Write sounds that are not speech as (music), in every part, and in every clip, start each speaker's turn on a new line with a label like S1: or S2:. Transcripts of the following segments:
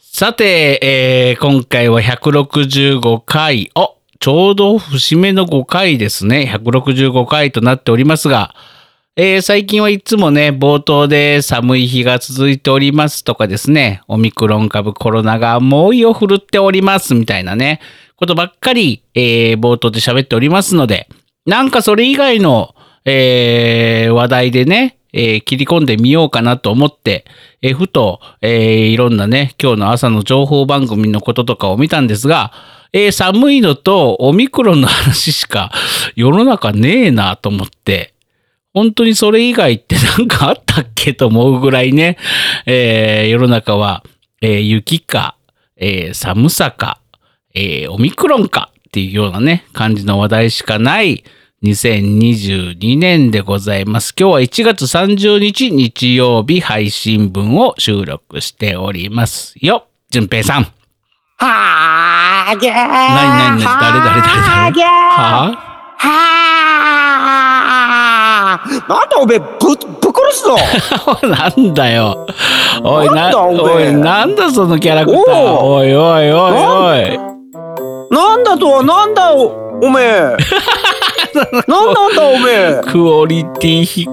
S1: さて、えー今回は165回、あ、ちょうど節目の5回ですね。165回となっておりますが、えー最近はいつもね、冒頭で寒い日が続いておりますとかですね、オミクロン株コロナが猛威を振るっておりますみたいなね、ことばっかり、えー冒頭で喋っておりますので、なんかそれ以外の、えー話題でね、えー切り込んでみようかなと思って、えーふと、えーいろんなね、今日の朝の情報番組のこととかを見たんですが、えー寒いのとオミクロンの話しか世の中ねえなと思って、本当にそれ以外ってなんかあったっけと思うぐらいね、えー世の中は、えー雪か、えー寒さか、えーオミクロンかっていうようなね、感じの話題しかない2022年でございます。今日は1月30日日曜日配信分を収録しておりますよ。淳平さん。
S2: はーげー
S1: 何何誰誰誰
S2: はーげー
S1: はあ
S2: はーなんだおめえぶ、ぶっ殺すぞ
S1: (laughs) (laughs) なんだよ。おい、
S2: なんだおめ
S1: お
S2: え
S1: い、なんだそのキャラクター。
S2: お
S1: おいおいおいおい。
S2: なんだとは、なんだお、おめえ
S1: (laughs)
S2: なんなんだおめえ
S1: クオリティ低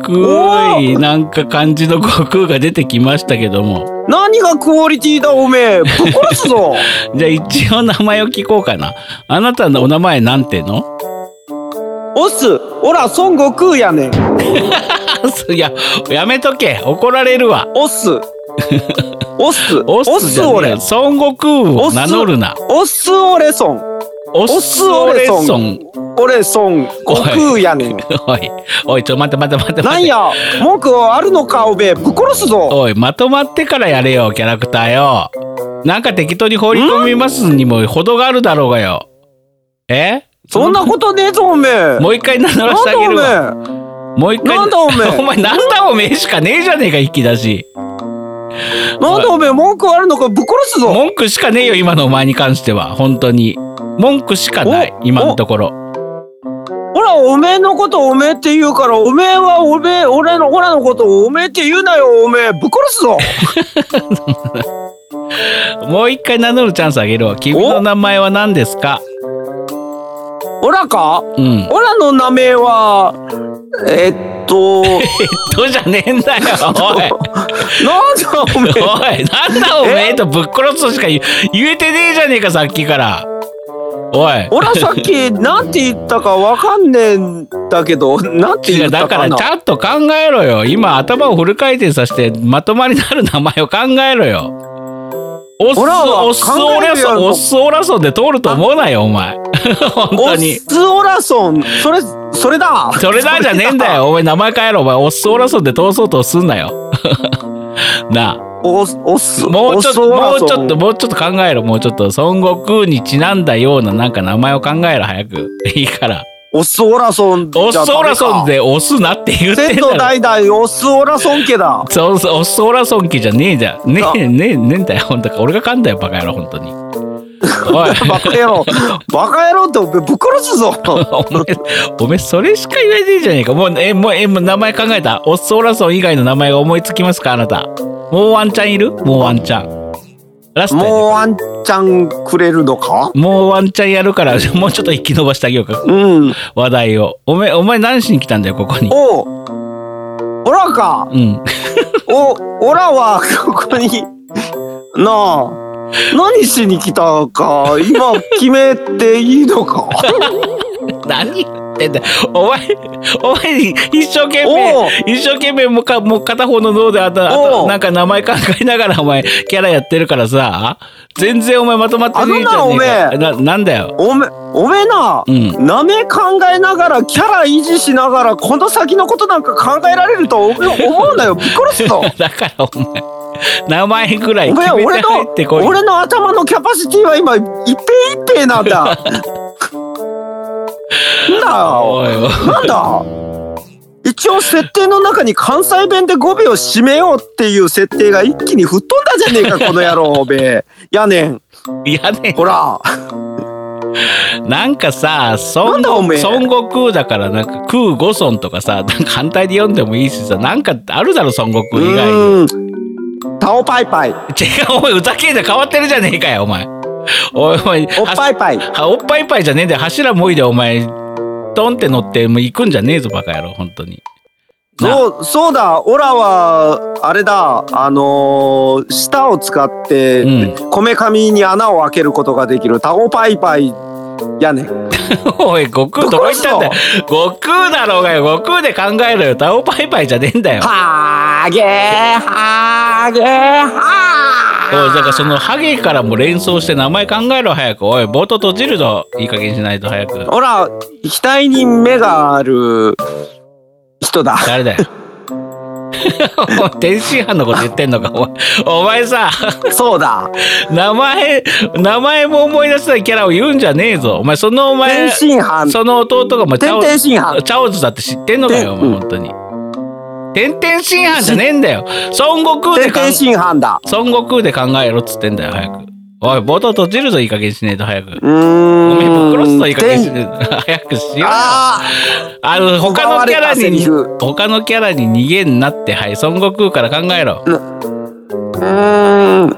S1: いなんか感じの悟空が出てきましたけども
S2: 何がクオリティだおめえぶっ殺す
S1: (laughs)
S2: ぞ
S1: じゃあ一応名前を聞こうかなあなたのお名前なんての
S2: オス、オラ、孫悟空やねん。
S1: いややめとけ怒られるわ (laughs)
S2: オス。オス、
S1: オ
S2: オ
S1: スじ
S2: ス
S1: ゃねえ
S2: オレ
S1: 孫。悟空を名乗るな
S2: オスオレソン。
S1: オスオレ
S2: オス
S1: ソ
S2: オ
S1: ン
S2: オレソン、悟空やねん。
S1: おいおいちょ待って待って待って
S2: な
S1: 待っ
S2: ん
S1: て
S2: や、文句あるのかおめえぶっ殺すぞ
S1: おいまとまってからやれよキャラクターよなんか適当に放り込みますにも程があるだろうがよえ
S2: そんなことねえぞおめえ
S1: もう一回名乗ら
S2: な
S1: せ
S2: ん
S1: てあ
S2: だ
S1: げ
S2: お
S1: る
S2: め
S1: わ
S2: え
S1: もう一回。
S2: なんだおめ
S1: (laughs)
S2: え
S1: お前なんだおめえしかねえじゃねえか、引き出し。
S2: なんだおめえ文句あるのかぶっ殺すぞ
S1: 文句しかねえよ、今のお前に関しては。本当に。文句しかない、
S2: お
S1: 今のところ。
S2: ほらおめえのことおめえって言うからおめえはおめえ俺のほらのことをおめえって言うなよおめえぶっ殺す
S1: (laughs)
S2: ぞ
S1: もう一回名乗るチャンスあげるわ。君の名前は何ですか
S2: ほらか
S1: うん。
S2: ほらの名前はえっ
S1: (laughs)
S2: と
S1: どうじゃねえんだよ、
S2: (laughs)
S1: おい。
S2: なんだお
S1: (laughs)
S2: めえ
S1: おい、なんだおめえとぶっ殺すとしか言言えてねえじゃねえか、さっきから。おい。
S2: ほらさっきなんて言ったかわかんねえんだけどなんて
S1: い
S2: 言
S1: や
S2: っ
S1: だ
S2: た
S1: か
S2: からな
S1: ちゃんと考えろよ今頭をフル回転させてまとまりのある名前を考えろよオス
S2: ほら
S1: オス
S2: 考
S1: オ
S2: え
S1: ラ
S2: るや
S1: ソ
S2: ん
S1: ンオスオラソンで通ると思うなよお前 (laughs) 本当
S2: オ
S1: に
S2: スオラソンそれそれだ
S1: それだじゃねえんだ
S2: (laughs)
S1: よお前名前変えろお前オスオラソンで通そうとすんなよ (laughs) なあ
S2: オスオス
S1: もうちょっともう
S2: オスオ
S1: ち
S2: ラソ
S1: ょ
S2: ン
S1: っともうちょっと考えろもうちょっと孫悟空にちなんだようななんか名前を考えろ早くいいから
S2: オスオラソンじゃ
S1: オスオラソン
S2: ダメか
S1: でオスなって言ってん
S2: 先
S1: だ
S2: 祖
S1: ろ
S2: 代々オスオラソン家だ
S1: そうそう、ソーラソンキじゃねえじゃん。ねえ、ねえ、ねえんだよ、ほんとか。俺が噛んだよ、バカ野郎、ほんとに。おい、
S2: バカ野郎バカ野郎ってお前ぶっ殺すぞ
S1: お
S2: (laughs)
S1: 前、お前、それしか言えねえじゃねえか。もう、え、もう、え、もう名前考えた。オスオーラソン以外の名前が思いつきますか、あなた。もうワンチャンいるもうワンチャン。ラストやね
S2: もうワンちゃんくれるのか
S1: もうワンチャンやるから、もうちょっと生き延ばしてあげようか、
S2: うん
S1: 話題を。おめお前何しに来たんだよ、ここに。
S2: おオラか
S1: うん。
S2: おオラはここになあ何しに来たか今決めていいのか
S1: 何言ってんだよお前お前一生懸
S2: おう
S1: 命一生懸命もうかもう片方の脳であたあ
S2: お
S1: と
S2: う
S1: なんか名前考えながらお前キャラやってるからさ全然お前まとまってねえじ
S2: あ
S1: ゃ
S2: の
S1: ねえか
S2: な
S1: ななんだよ
S2: おめおめな、
S1: うん
S2: なめ考えながらキャラ維持しながらこの先のことなんか考えられると思うなよぶっ殺
S1: (laughs)
S2: すぞ
S1: だからお前名前ぐらい
S2: お
S1: 決
S2: 前
S1: め
S2: 俺
S1: て入
S2: の
S1: ってこい
S2: 俺の頭のキャパシティは今一平一平な
S1: (laughs)
S2: んだなんだ
S1: おいおい
S2: なんだ一応設定の中に関西弁で語尾を締めようっていう設定が一気に吹っ飛んだじゃねえかこの野郎おめえやねん
S1: いやね
S2: ほら
S1: なんかさ孫
S2: なんだお
S1: 孫
S2: めえ
S1: 悟空だからなんか空五孫とかさなんか反対で読んでもいいしさなんかあるだろ孫悟空以外に
S2: うんタオパイパイ。
S1: 違う、お前、歌系で変わってるじゃねえかよ、お前。おい、お前、
S2: おっぱいパイ。
S1: はおっぱいいっぱいじゃねえんだよ柱もいでお前トンって乗ってもう行くんじゃねえぞバカ野郎本当に
S2: そう、そうだ、オラは、あれだ、あのー舌を使って、
S1: う
S2: こめかみに穴を開けることができるタオパイパイやねん。
S1: おい悟空どこ行ったんだよ悟空だろうがよ悟空で考えろよタオパイパイじゃねえんだよ
S2: はーげー、はーげー、は
S1: お
S2: ー
S1: いだからそのハゲからも連想して名前考えろ早くおいボート閉じるぞいい加減にしないと早く
S2: オラ、額に目がある人
S1: (laughs)
S2: だ。
S1: 誰だよお前天津飯のこと言ってんのかお前お前さ
S2: そうだ。
S1: 名前名前も思い出せないキャラを言うんじゃねえぞお前そのお前
S2: 天津飯。
S1: その弟がもうチャ
S2: 天
S1: オ
S2: 天津飯。
S1: チャオズだって知ってんのかよ、お前、
S2: うん
S1: 本当に。天天真犯じゃねえんだよ。孫悟空で
S2: 天
S1: か
S2: 天津飯だ。
S1: 孫悟空で考えろっつってんだよ、早く。おい、冒頭閉じるぞ、いい加減しねえと、早く。
S2: うーん。
S1: ごめん、ぶっ殺すぞ、いい加減し
S2: 天
S1: ねえと。 (laughs) 早くしようよ。あ
S2: あー
S1: の、他のキャラ
S2: 奪われたセリ
S1: に
S2: フ、
S1: 他のキャラに逃げんなって、はい、孫悟空から考えろ。
S2: うーん。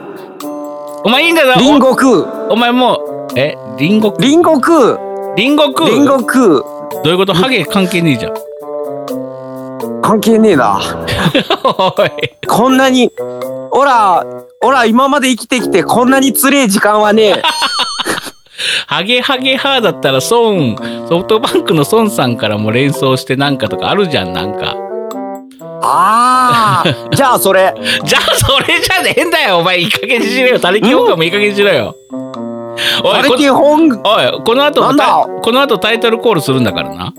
S1: お前いいんだぞ、
S2: リンゴ食う。
S1: おお前もう、え、リンゴ、
S2: リンゴ食う。
S1: リンゴ食
S2: リンゴ
S1: う
S2: 食う。
S1: どういうことハゲ関係ねえじゃん。
S2: 関係ねえな。
S1: おい。
S2: こんなに、オラ、オラ今まで生きてきてこんなにつれえ時間はね
S1: (laughs)
S2: え。
S1: ハゲハゲハーだったら孫ソフトバンクの孫さんからも連想してなんかとかあるじゃんなんか
S2: ああ、じゃあそれ。
S1: じゃあそれじゃねえんだよお前いい加減にしろよ他力本願もいい加減にしろよお
S2: あ
S1: い
S2: れ
S1: こ
S2: 基本、
S1: おいこの後も
S2: なんだ
S1: タイこの後タイトルコールするんだからな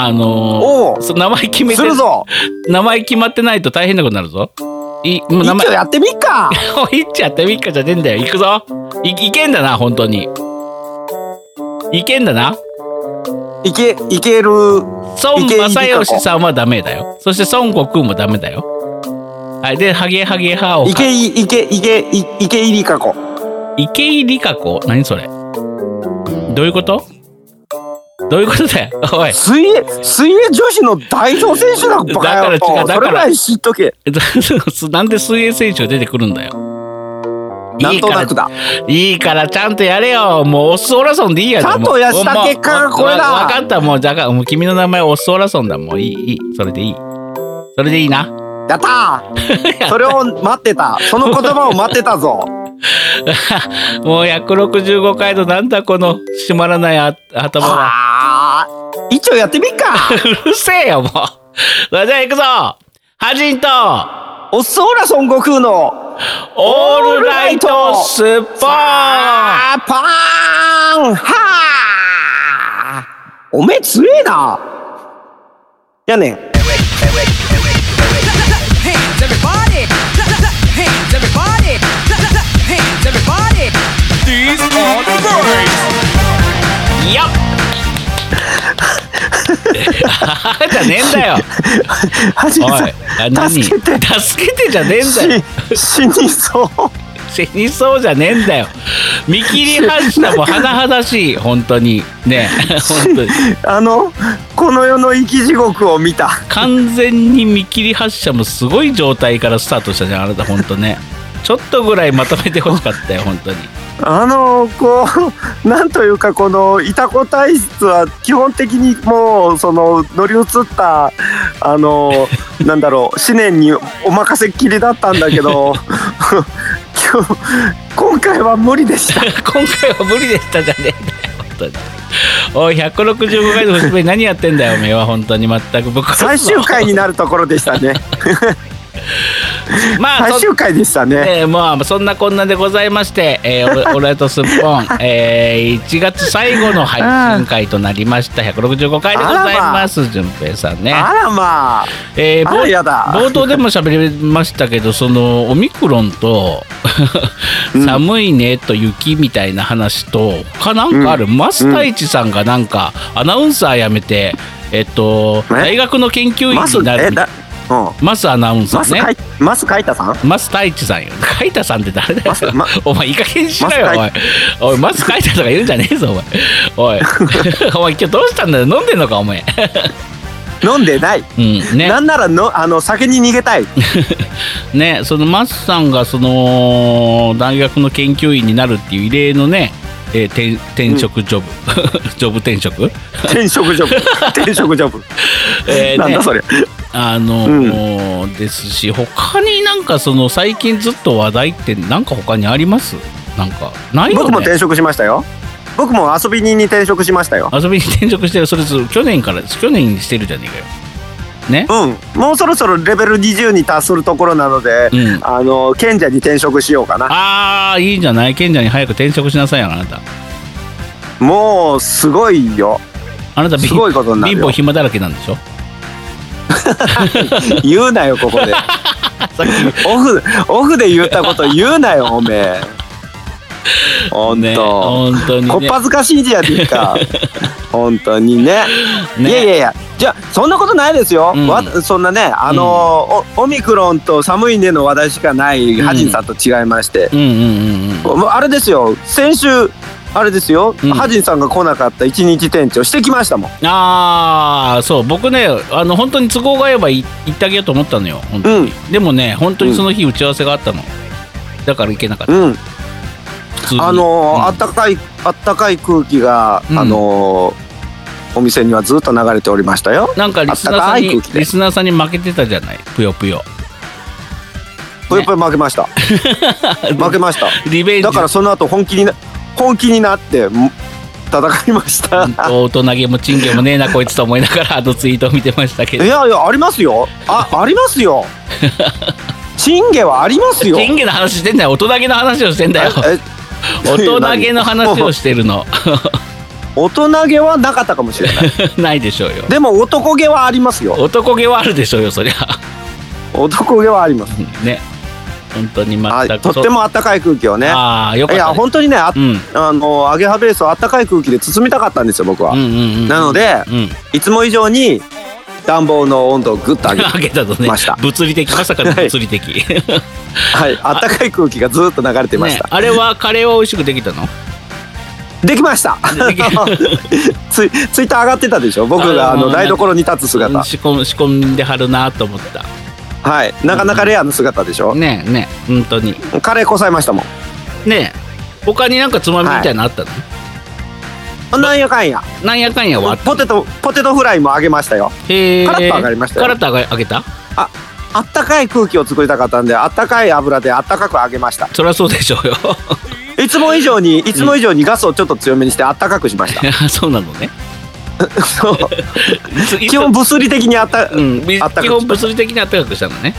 S1: あの
S2: お
S1: ー、そ名前決
S2: う、
S1: め
S2: す
S1: て
S2: るぞ。
S1: 名前決まってないと大変なことになるぞいもう名
S2: 一
S1: 前
S2: 応やってみっか。
S1: おいっちゃってみっかじゃねえんだよ行くぞいいけんだな本当にいけんだない
S2: け、いける。
S1: 孫正義さんはダメだよ。そして孫悟空もダメだよ。はい、で、ハゲハゲハオ
S2: い。けい、いけ、いけ、いいけいりかこ。
S1: 池井理香子何それどういうことどういうことだよ。おい。 (laughs)
S2: 水泳、水泳女子の代表選手だ、バカ
S1: だから
S2: 野
S1: 違
S2: 郎。
S1: うだから
S2: それぐらい知っとけ。
S1: なんで水泳選手が出てくるんだよ。
S2: なんと
S1: から
S2: なくだ。
S1: いいからちゃんとやれよ。もうオスオラソンでいいや
S2: ちゃんとやった結果がこれだ
S1: 分かった。もう、だから、もう君の名前オスオラソンだ。もういい、いい。それでいい。それでいいな。 (laughs)
S2: やったーそれを待ってた。その言葉を待ってたぞ。
S1: もう165回のなんだこの閉まらないあ頭は。
S2: あー一応やってみっか。
S1: (laughs) うるせえよもう。それじゃあ行くぞハジンと
S2: おっそーら孫悟空の
S1: オールライトスッポーン
S2: あーパーンはーおめえ強えな。やねん。
S3: hands, everybody. Clap, clap, clap, hands, everybody. Clap, clap, clap, hands, everybody. These are the birds.
S1: よ
S2: (laughs)
S1: っ (laughs) じゃねえんだよ
S2: はじ
S1: お
S2: め
S1: い
S2: さ
S1: あ
S2: ん、
S1: 何
S2: (laughs) 助けて。
S1: 助けてじゃねえんだよ
S2: し死にそう。
S1: 死にそうじゃねえんだよ
S2: (laughs)
S1: 見切り発車も甚だしい本当に
S2: (laughs)
S1: ねえ本当に
S2: あの、この世の生き地獄を見た。
S1: 完全に見切り発車もすごい状態からスタートしたじゃんあなた本当ねちょっとぐらいまとめてほしかったよ本当に
S2: あのこうなんというかこのいたこ体質は基本的にもうその乗り移った
S1: (laughs)
S2: あのなんだろう思念にお任せっきりだったんだけど (laughs) 今日今回は無理でし
S1: (laughs)
S2: た。
S1: 今回は無理でしたじゃねえんだよ本当におい165回の節目何やってんだよおめえは本当に全く僕
S2: 最終回になるところでしたね。
S1: ま (laughs) あ
S2: 最
S1: そ
S2: 終回でしたね。
S1: えーまあそんなこんなでございまして、えー、 (laughs) オレとスッポン、えー、1月最後の配信会となりました165回でございます順平さんね
S2: あらまあ、
S1: えー
S2: あ
S1: 冒
S2: らやだ
S1: 冒頭でも喋りましたけどそのオミクロンと寒いねと雪みたいな話と他なんかある、マスタイチさんがなんかアナウンサー辞めて、えっと、
S2: え
S1: 大学の研究員
S2: マス
S1: になる
S2: え
S1: みたい
S2: だ、うん、
S1: マスアナウンサ
S2: マス
S1: ー
S2: か
S1: ね
S2: いマスかいたさん。
S1: マスタイチさんよカイタさんって誰だよ
S2: マスま
S1: お前いい加減にしろよ
S2: マ
S1: おいおいマスカイタとか
S2: (laughs)
S1: 言うんじゃねえぞお前おいお前今日どうしたんだよ飲んでんのかお前
S2: 飲んでない、
S1: うん、ね
S2: なんならのあの酒に逃げたい
S1: ねそのマスさんがその大学の研究員になるっていう異例のね、えー転転職ジョブ、 (laughs) ジョブ転
S2: (laughs)
S1: 職、
S2: 転
S1: (laughs)
S2: 職ジョブ転職ジョブ、
S1: えーね
S2: なんだそれ
S1: あのーですし他になんかその最近ずっと話題ってなんか他にありますなんかないよ
S2: 僕も
S1: ね
S2: 転職しましたよ僕も遊び人に転職しましたよ
S1: 遊びに転職してるそれぞれ去年から去年にしてるじゃねえかよね
S2: うんもうそろそろレベル20に達するところなので、
S1: うん
S2: あの賢者に転職しようかな
S1: ああいいんじゃない賢者に早く転職しなさいよあなた
S2: もうすごいよ
S1: あなた貧
S2: すごいことになる
S1: 貧乏
S2: よ
S1: 暇だらけなんでしょ
S2: 言うなよ
S1: (laughs)
S2: ここでオフオフで言ったこと言うなよおめえほん
S1: ね
S2: と
S1: 本当にね
S2: こっぱずかしいじゃね
S1: (laughs)
S2: えか本当にね
S1: ね
S2: いやいやいやじゃあそんなことないですよ、
S1: うん
S2: わそんなねあのーおオミクロンと寒いねの話題しかないハジンさんと違いまして、
S1: うんうんうんうん
S2: もうあれですよ先週あれですよ、
S1: うん
S2: ハジンさんが来なかった一日店長してきましたもん
S1: ああそう僕ねあの本当に都合が合えばい行ってあげようと思ったのよ本当に、でもね本当にその日打ち合わせがあったのだから行けなかった、
S2: うん
S1: 普通に
S2: あのー
S1: うん
S2: あったかいあったかい空気が、
S1: うん
S2: あのーお店にはずっと流れておりましたよ
S1: なんかリスナー
S2: あった
S1: さん
S2: かい
S1: に
S2: 空気で
S1: リスナーさんに負けてたじゃないぷよぷよ
S2: ぷよぷよ負けました
S1: (laughs)
S2: 負けました
S1: リベンジ
S2: だからその後本気にな本気になっても戦いました
S1: うん (laughs) と大人げもチンゲもねえなこいつと思いながらあのツイートを見てましたけ
S2: い
S1: ど
S2: やいやありますよあありますよチンゲはありますよ
S1: チンゲの話してんだよ大人げの話をしてんだよ
S2: (laughs) え
S1: 大人げの話をしてる
S2: (laughs)
S1: の
S2: 大人毛はなかったかもしれない
S1: (laughs) ないでしょうよ
S2: でも男毛はありますよ
S1: 男気はあるでしょうよそりゃ (laughs)
S2: 男毛はあります
S1: ね本当に
S2: は
S1: 全
S2: い
S1: く
S2: と
S1: そ
S2: っ
S1: う
S2: ても暖かい空気をねい
S1: ああよかった
S2: や
S1: ね
S2: 本当にねあ,、
S1: うん
S2: あのアゲハベースを暖かい空気で包みたかったんですよ僕は、
S1: うんうんうん
S2: なので
S1: うん
S2: いつも以上に暖房の温度をグッと
S1: (laughs)
S2: 上げて
S1: あげたとね
S2: ました
S1: 物理的まさかの物理的
S2: はい暖かい空気がずっと流れてまし
S1: ね
S2: た、
S1: あれはカレーは美味しくできたの
S2: できました
S1: でき
S2: ツイツイッター上がってたでしょ僕が
S1: あ
S2: あ
S1: の
S2: の台所に立つ姿
S1: 仕込ん仕込んではるなと思った
S2: はいなかなかレアな姿でしょ
S1: ねえねえ本当に
S2: カレーこさえましたもん
S1: ねえ他になんかつまみみたいなのあったの、
S2: なんやかんや
S1: なんやかんやはあった
S2: ポテトポテトフライも揚げましたよ
S1: へえ
S2: カラッと揚がりましたよ
S1: カラッと揚が揚げた
S2: あったかい空気を作りたかったんであったかい油であったかく揚げました
S1: そりゃそうでしょうよ (laughs)
S2: いつも以上にいつも以上にガスをちょっと強めにしてあったかくしました
S1: そうなのね (laughs)
S2: そう
S1: いついつ
S2: 基本物理的にあった、
S1: うん、
S2: あったかく
S1: 基
S2: しま
S1: 本
S2: した
S1: 物理的にあったかくしたのね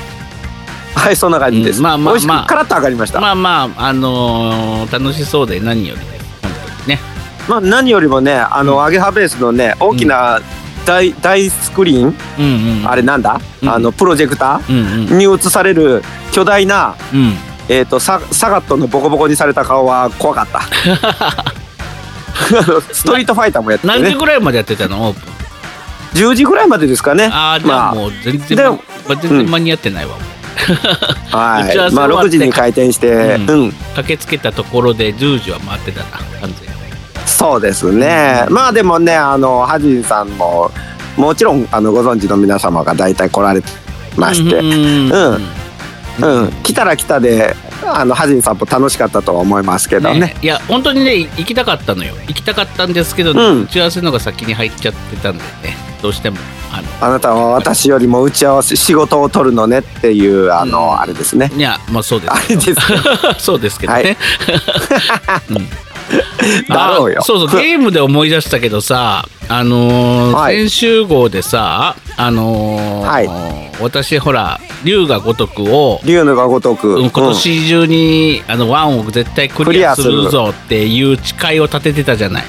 S2: はいそんな感じです、
S1: うんまあまあ
S2: 美味し
S1: まあ
S2: くカラッと揚がりました、ま
S1: まあまああのー楽しそうで何よりだよ本当にね
S2: あ何よりもねあの揚げハベースのね大きな大,、大スクリーン
S1: うんうん
S2: あれなんだ、
S1: うん
S2: あのプロジェクタ
S1: うんうん
S2: ーに映される巨大な、
S1: うん
S2: えー、とササガットのボコボコにされた顔は怖かった
S1: (laughs)
S2: あのストリートファイターもやってて
S1: 何時
S2: ね
S1: ぐらいまでやってたのオープン
S2: 10時ぐらいまでですかね
S1: ああじゃあもう全然、ま全
S2: う
S1: 然
S2: ん
S1: 間に合ってないわ、 (laughs)
S2: は
S1: 打ち
S2: い、
S1: 合わせ
S2: まあ
S1: 終わって
S2: 6時に開店して、
S1: う
S2: うん、
S1: 駆けつけたところで10時は回ってたな完全に
S2: そうですね。まあでもね、あのハジンさんももちろんあのご存知の皆様が大体来られまして、うん、
S1: うん
S2: うん来たら来たで、あのハジンさんも楽しかったとは思いますけどね。
S1: ねいや本当にね行きたかったのよ行きたかったんですけど、
S2: うん
S1: 打ち合わせの方が先に入っちゃってたんでねどうしてもあの
S2: あなたは私よりも打ち合わせ仕事を取るのねっていうあの、
S1: うん
S2: あれですね。
S1: いやまあそうです
S2: あ (laughs) れ
S1: (laughs)
S2: ですね。
S1: そうですけどね、
S2: はい
S1: (laughs) うん
S2: (laughs) だろうよ
S1: あそうそうゲームで思い出したけどさあのー
S2: はい
S1: 先週号でさあのー
S2: はい
S1: 私ほら龍が如くを
S2: 龍のが如く、
S1: うん
S2: うん
S1: 今年中に、あのワンを絶対クリアするぞっていう誓いを立ててたじゃない、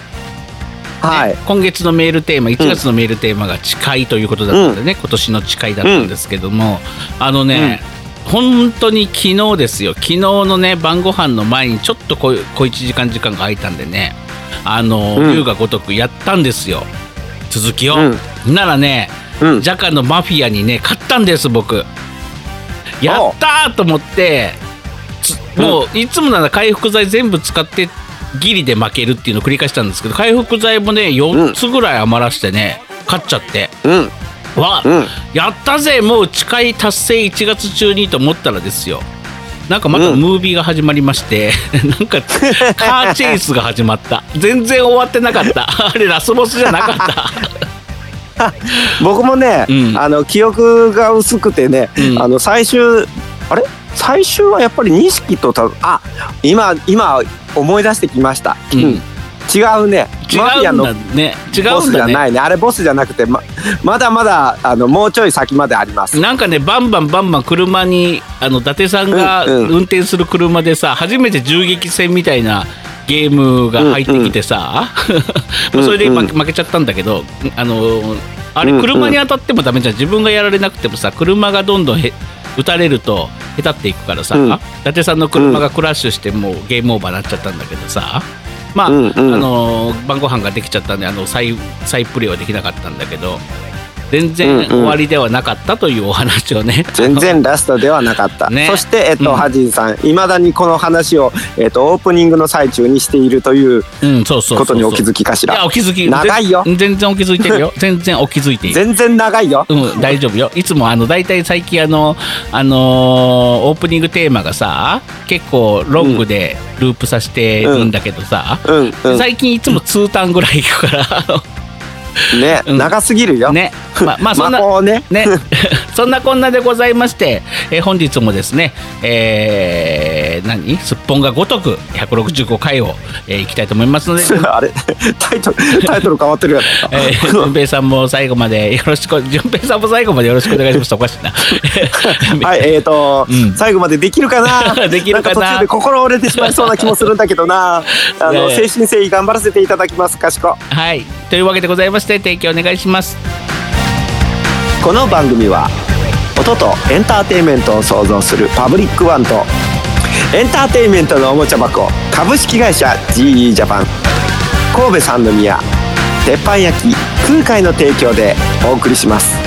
S2: はい。
S1: 今月のメールテーマ1月のメールテーマが誓いということだったんでね、今年の誓いだったんですけども、あのね、本当に昨日ですよ昨日のね晩ご飯の前にちょっとこう小1時間時間が空いたんでねあの、
S2: うん
S1: 龍が如くやったんですよ続きを、ならね
S2: うん。
S1: ジャカのマフィアにね勝ったんです僕やったーと思ってつもういつもなら回復剤全部使ってギリで負けるっていうのを繰り返したんですけど回復剤もね4つぐらい余らしてね勝っちゃって
S2: うん。
S1: わ、
S2: うん
S1: やったぜもう誓い達成1月中にと思ったらですよなんかまた
S2: うん
S1: ムービーが始まりまして、 (laughs) なんかカーチェイスが始まった全然終わってなかったあれラスボスじゃなかった
S2: 僕もね、
S1: うん
S2: あの記憶が薄くてね、
S1: うん
S2: あの最終あれ最終はやっぱり錦とたあ今今思い出してきました、
S1: うん
S2: 違うね
S1: 違
S2: (laughs) マフィア
S1: うん
S2: の
S1: だね違
S2: ボ
S1: うん
S2: スじ
S1: だ
S2: ゃ
S1: ね
S2: ないねあれボスじゃなくてままだまだあのもうちょい先まであります
S1: なんかねバンバンバンバン車にあの伊達さんが
S2: うんうん
S1: 運転する車でさ初めて銃撃戦みたいなゲームが入ってきてさ、まあそれで
S2: うんう
S1: 負
S2: ん
S1: け負けちゃったんだけどあのあれ
S2: うんうん
S1: 車に当たってもダメじゃん自分がやられなくてもさ車がどんどんへ撃たれるとへたっていくからさ、
S2: うん
S1: 伊達さんの車がクラッシュしてもうゲームオーバーになっちゃったんだけどさまあ、
S2: うんうん
S1: あの晩ご飯ができちゃったんであの再再プレイはできなかったんだけど全
S2: うんう
S1: 然
S2: ん
S1: 終わりではなかったというお話をね。
S2: 全然ラストではなかった、
S1: ね
S2: そして、えっと
S1: うん
S2: ハジンさんいまだにこの話を、えっと、オープニングの最中にしているという
S1: (laughs) うん、そうそうそうそう
S2: ことにお気づきかし
S1: いや
S2: ら
S1: お気づき
S2: 長いよ
S1: 全全然お気づいてる
S2: (laughs)
S1: よ全然お気づいている
S2: 全然長いよ、
S1: うん大丈夫よいつもあの大体最近あのあのーオープニングテーマがさ結構ロングでループさせてるんだけどさ、
S2: うんうん
S1: 最近いつも2ターンぐらいいくから
S2: ね、
S1: うん
S2: 長すぎるよ、
S1: (laughs) ねまあまあそんな
S2: 魔法ね
S1: ね、 (laughs) そんなこんなでございまして、えー本日もですね、えー、何すっぽんがごとく165回を、えーいきたいと思いますので、
S2: (laughs) あれタイトルタイトル変わってるやつ
S1: (laughs) えー、順平さんも最後までよろしく、順平さんも最後までよろしくお願いします。おかしいな。
S2: (laughs) はいえーと、
S1: うん
S2: 最後までできるか
S1: (laughs)
S2: な
S1: できるかなん
S2: か途中で心折れてしまいそうな気もするんだけどなあの、
S1: ね
S2: 精神誠意頑張らせていただきますかしこ
S1: (laughs) はい、というわけでございまして、提供お願いします。
S2: この番組は音とエンターテインメントを創造するパブリックワンとエンターテインメントのおもちゃ箱株式会社 GE ジャパン神戸三宮鉄板焼き空海の提供でお送りします。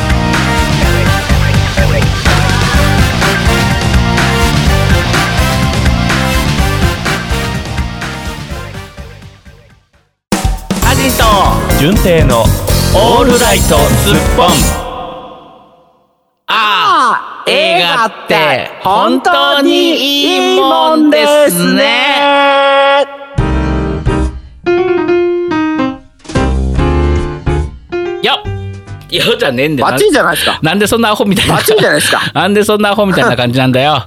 S1: アジト
S4: 純正の
S1: オールライトすっぽん。ああ、映画って本当にいいもんですね。よっよじゃねえんだよ
S2: バッチリじゃないですか
S1: なんでそんなアホみたいな
S2: バッチリじゃないですか
S1: (laughs) なんでそんなアホみたいな感じなんだ
S2: (laughs)
S1: よ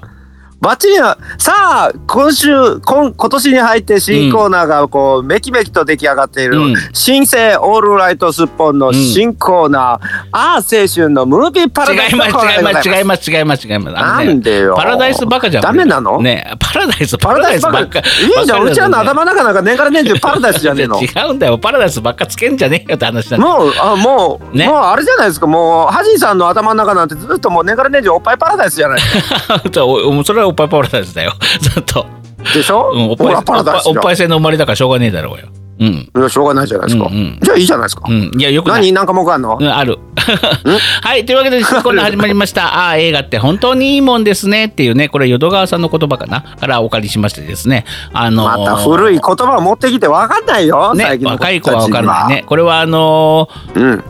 S2: バッチリなさあ今週今今年に入って新コーナーがこう、めきめきと出来上がっている、
S1: うん
S2: 新生オールライトスッポンの新コーナー、ああ青春のムービーパラダイ
S1: 違い
S2: スの
S1: ます
S2: コーナー
S1: 違い
S2: でござい
S1: ま
S2: ます
S1: す違います違います違いますあのね
S2: なんでよ
S1: パラダイスバカじゃん
S2: ダメなの
S1: ねえパラダイス
S2: パラダイスば
S1: (laughs)
S2: っかいいじゃんうちらの頭の中なんか年がら年中パラダイスじゃねえの
S1: 違うんだよパラダイスばっかつけんじゃねえよって話なんだよ
S2: もうあもう、
S1: ね
S2: もうあれじゃないですかもうハジンさんの頭の中なんてずっともう年がら年中おっぱいパラダイスじ
S1: (laughs)
S2: ゃない
S1: おおそれはおっぱいパラダイスだよ (laughs) ずっと、
S2: でしょ、
S1: うん、おっ
S2: ほ
S1: ぱい
S2: らパラダイスじ
S1: お
S2: ゃ
S1: っぱいお
S2: ん
S1: っぱい性の生まれだからしょうがねえだろうようん
S2: いやしょうがないじゃないですか、
S1: うんうん
S2: じゃあいいじゃないですか、
S1: うんいやよくない
S2: 何なんか文句あんの、
S1: うん、ある。はい、というわけで、こんな始まりました。ああー、映画って本当にいいもんですねっていうね、これ、淀川さんの言葉かなからお借りしましてですね、あのー
S2: また古い言葉を持ってきて分かんないよ、最
S1: ね、
S2: 近の
S1: 若
S2: 子たち
S1: い子はわかるないね。これは、あのー
S2: うん、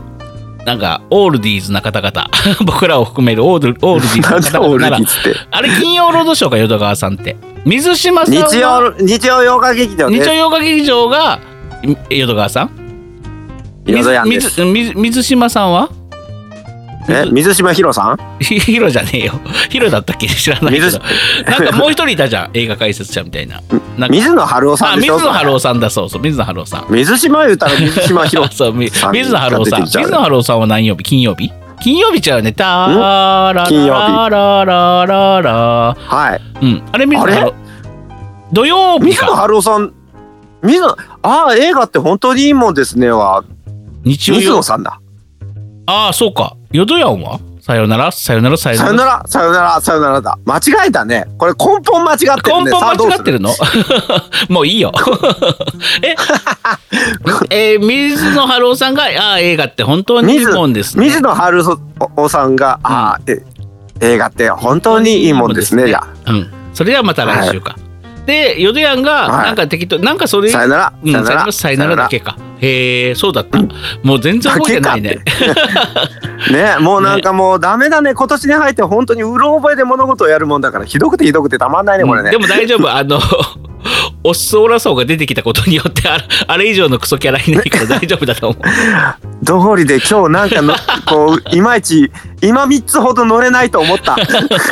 S1: なんか、オールディーズな方々、 (laughs) 僕らを含めるオールオールディーズ
S2: な
S1: なん
S2: で
S1: 方
S2: オー
S1: 々
S2: ル
S1: な
S2: デ
S1: ら
S2: ィ、ーズって
S1: あれ、金曜ロードショーか、淀川さんって。水島さんの
S2: 日曜日曜洋画劇場
S1: 日
S2: で
S1: 曜
S2: す
S1: 洋画劇場が淀川さん
S2: 淀屋で
S1: 水
S2: す
S1: 水水島さんは
S2: え水島ひろさん
S1: ひ (laughs) ヒロじゃねえよ。ヒロだったっけ知らないけど
S2: 水。
S1: なんかもう一人いたじゃん。映画解説者みたいな。なんか
S2: 水野晴夫さ
S1: あ、
S2: んで
S1: 水
S2: しょ
S1: 野晴郎さんだそうそう。水野晴郎さん。
S2: 水島言うたら水島ひろ
S1: (laughs) そう、み
S2: さん
S1: 水野晴郎さん。
S2: が出てきち
S1: 水
S2: ゃう
S1: 野晴郎さんは何曜日金曜日金曜日ちゃうね。たーら
S2: 金曜
S1: ら
S2: 日
S1: らららら。
S2: はい
S1: うん。あれ水野晴郎。土曜日
S2: 水野
S1: か。
S2: 晴夫さん水野ああ映画って本当にいいもんですねは
S1: 日
S2: 水
S1: 曜
S2: 野
S1: 日。
S2: さんだ
S1: ああ、そうか。淀屋はさよなら、さよなら、さよ
S2: さ
S1: な
S2: よ
S1: ら。
S2: ならさよならさよならだ間違えたねこれ根本間違ってる
S1: 根
S2: ね
S1: 本
S2: さあどう
S1: 間違
S2: す
S1: ってるの (laughs) もういいよ。 (laughs) え、
S2: (laughs)
S1: えー水野晴郎さんが、ああ、映画って本当にいい
S2: 水
S1: もんですね。
S2: 水野晴夫さんが、あーえ映画って本当にいいもんですねじゃあ
S1: うん。それではまた来週か。で、ヨドヤンが、
S2: はい
S1: なんか適当、なんかそれ、
S2: さよなら
S1: うん、
S2: さよなら
S1: さよならだけか。へえ、そうだった。もう全然覚えてないね
S2: だ。
S1: (laughs)
S2: ねもうなんかもうダメだね今年に入って本当にうろ覚えで物事をやるもんだからひどくてひどくてたまんないねこれ
S1: う
S2: ね
S1: んでも大丈夫。あの、 (laughs) オッソーラソーが出てきたことによって、あれあれ以上のクソキャラいないから大丈夫だと思う。
S2: どうりで今日なんかのこういまいち今3つほど乗れないと思った
S1: (laughs)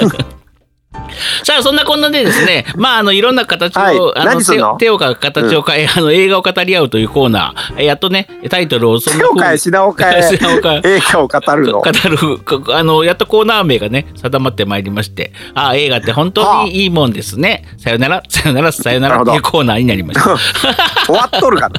S1: さあそんなこんなでです
S2: (laughs)
S1: ね、まああのいろんな形を、
S2: はい
S1: あ
S2: 何すん
S1: 手
S2: の
S1: 手をか形を変え、 (laughs) あの映画を語り合うというコーナー、えやっとねタイトルをそん
S2: (laughs) 手
S1: な
S2: を変え品を変え
S1: (laughs) 品を変え
S2: 映画を語るの
S1: 語るあ (laughs) のやっとコーナー名がね定まってまいりまして、あ映画って本当にいいもんですね。さよなら (laughs) さよならさよな
S2: な
S1: らっ
S2: るほ
S1: て
S2: ど
S1: いうコーナーになりました。 (laughs)
S2: 終わっとるかな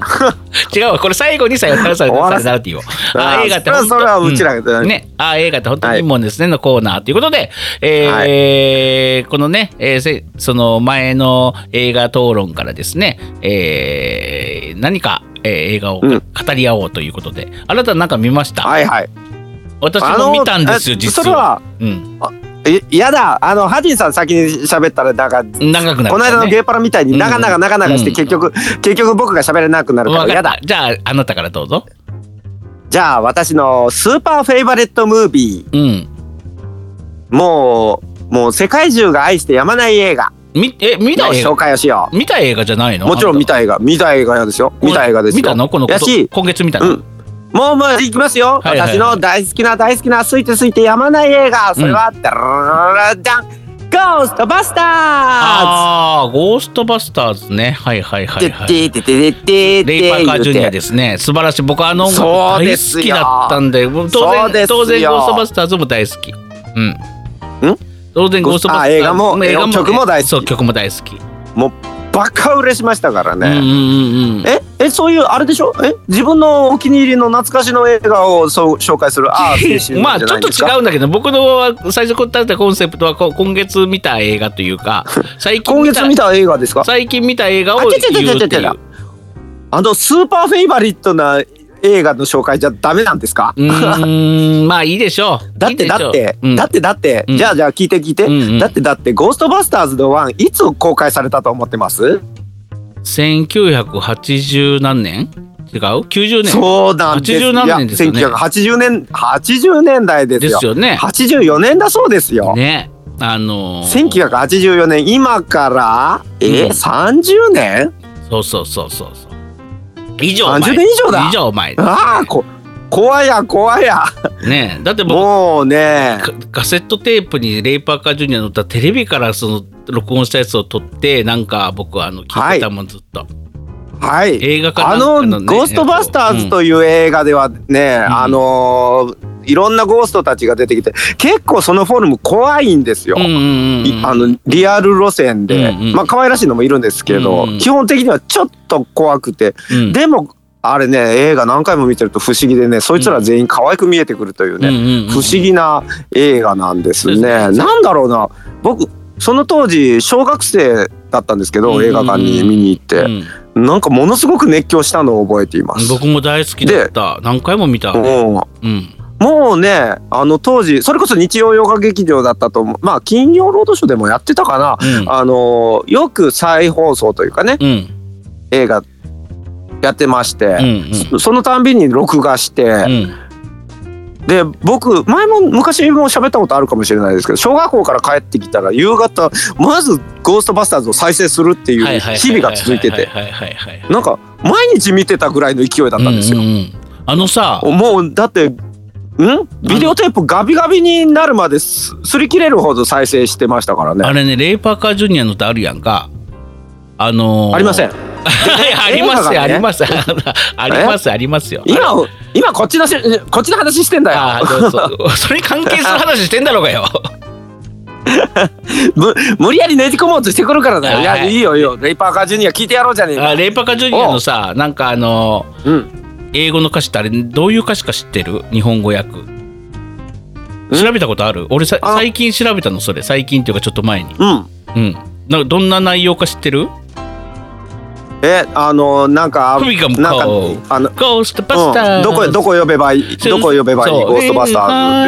S1: 違うわこれ最後にさよならさよなら
S2: 終わ
S1: さよ
S2: らせ
S1: ならって言おう。
S2: あ
S1: あ
S2: ー
S1: 映画って本当
S2: それはそれはうちらが
S1: んね。あ映画って本当にいいもんですねのコーナーということで、えーこのね、えーせその前の映画討論からですね、えー何か、えー映画を
S2: うん
S1: 語り合おうということで、あなたなんか見ました、
S2: はいはい
S1: 私も見たんですよ
S2: あ
S1: 実
S2: それは
S1: うん、
S2: えやだあのハディさん先に喋ったらなんか
S1: 長くなる
S2: この間のゲ
S1: ー
S2: ーパラみたいに長々長々して
S1: うん
S2: 結局、結局僕が喋れなくなるからやだ
S1: じゃああなたからどうぞ。
S2: じゃあ私のスーパーフェイバレットムービー
S1: うん。
S2: もうもう世界中が愛してやまない映画
S1: みえ見た
S2: の
S1: 映
S2: 紹
S1: 画
S2: 介をしよ
S1: 見た映画じゃないの？
S2: うもちろん見
S1: あ
S2: た映画見た映画ですよ
S1: なた。
S2: 見た映画ですよ
S1: 見たのこの
S2: やし
S1: 今月見た
S2: う
S1: の。
S2: んもうもういきますよ、
S1: はいはいはい
S2: 私の大好きな大好きなすいてすいてやまない映画それは、ダラダンゴーストバスターズ
S1: ああー、ゴーストバスターズね。はいはいはい、はい。
S2: てってててててて
S1: レイ・パーカージュニア
S2: 言うて
S1: ですね。素晴らしい。僕あの音楽
S2: そう
S1: 大
S2: です
S1: 好
S2: よ
S1: きだったんで、もう当
S2: そう
S1: 然
S2: ですよ
S1: 当然ゴーストバスターズも大好き。うん。
S2: ん
S1: 当然ゴーストバスターズ
S2: あ映画も
S1: 映画
S2: 曲も大好き
S1: そう曲も大好き。
S2: もうバカ売れしましたから
S1: うんう
S2: ね、
S1: んうんうん。
S2: ええそういうあれでしょえ自分のお気に入りの懐かしの映画をそう紹介する
S1: (laughs)
S2: アーティストじゃ
S1: まあ
S2: ない
S1: ちょっと
S2: ですか
S1: 違うんだけど僕の最初こう立てたコンセプトはこう今月見た映画というか
S2: (laughs)
S1: 最近
S2: 今
S1: 見
S2: 月
S1: た
S2: 見た映画ですか
S1: 最近見た映画を
S2: あ
S1: 言う
S2: ち
S1: っ
S2: ょち
S1: て
S2: ょちょちょ
S1: い
S2: ちょ
S1: う
S2: あのスーパーフェイバリットな映画の紹介じゃダメなんですか
S1: うーんまあいいでしょう
S2: だっ
S1: いいで
S2: て
S1: しょう
S2: だって、
S1: うん
S2: だってだって、
S1: うん
S2: じゃあじゃあ聞いて聞いて、
S1: うんうん
S2: だってだって「ゴーストバスターズ」のワンいつ公開されたと思ってます
S1: 1980何年違う90年
S2: そうなんです
S1: 80何年ですよね
S2: いや1980年80年代です
S1: で
S2: よ
S1: すよね。
S2: 84年だそうですよ、
S1: ね。あのー、
S2: 1984年今からえ、
S1: うん
S2: 30年
S1: そうそうそうそうそう。以上前。
S2: 30年以上だ
S1: 以上前で
S2: ああこ怖や怖や
S1: すね。だって僕
S2: もうね
S1: カカセットテープにレイパーカージュニアの歌テレビからその録音したやつを撮ってなんか僕はあの聞いてたもんずっと、
S2: はい
S1: 映画かな
S2: あ
S1: んか
S2: の
S1: ね
S2: ゴーストバスターズ」という映画ではね、あのーいろんなゴーストたちが出てきて結構そのフォルム怖いんですよ、
S1: うんうんうんうん
S2: いあのリアル路線で、
S1: うんうん
S2: まあ可愛らしいのもいるんですけど、
S1: うんうん
S2: 基本的にはちょっと怖くて、
S1: うん
S2: でもあれね映画何回も見てると不思議でねそいつら全員可愛く見えてくるというね、
S1: うんうんうん
S2: 不思議な映画なんですね。
S1: そうですね
S2: なんだろうな僕その当時小学生だったんですけど、
S1: うんうんうん
S2: 映画館に見に行って、
S1: うん
S2: なんかものすごく熱狂したのを覚えています。
S1: 僕も大好きだった何回も見た、
S2: うん
S1: うん、
S2: もうねあの当時それこそ日曜洋画劇場だったと思うまあ金曜ロードショーでもやってたかな、
S1: うん
S2: あのよく再放送というかね
S1: うん
S2: 映画やってまして、
S1: うん
S2: そそのたんびに録画して、
S1: うん
S2: で僕前も昔も喋ったことあるかもしれないですけど小学校から帰ってきたら夕方まず「ゴーストバスターズ」を再生するっていう日々が続いてて
S1: はいはいはいはい
S2: なんか毎日見てたぐらいの勢いだったんですよ
S1: う。んあのさ
S2: もうだってんビデオテープガビガビになるまです擦り切れるほど再生してましたからね。
S1: あれねレイパーカージュニアのってあるやんかあのー、
S2: ありません。
S1: はい (laughs) ありますよありますよありますよありますよ
S2: 今今こっちのしこっちの話してんだ
S1: あ
S2: よ。
S1: そうそう (laughs) それに関係する話してんだろう
S2: (laughs)
S1: がよ
S2: む無理やりねじ込もうとしてくるからだよ。い
S1: は
S2: や
S1: い
S2: いいよいいよレイパーカージュニア聞いてやろうじゃねえ
S1: あ
S2: か。
S1: レイパーカージュニアのさなんかあのー
S2: うん。
S1: 英語の歌詞ってあれどういう歌詞か知ってる日本語訳調べたことある俺さ
S2: あ
S1: 最近調べたのそれ最近っていうかちょっと前に
S2: うん。
S1: うんなんかどんな内容か知ってる
S2: えあのなんか
S1: 首が向
S2: なんか
S1: こう
S2: あの。
S1: ゴーストバスターズ
S2: うん、どこどこ呼べばいいどこ呼べばいいゴーストバスターズ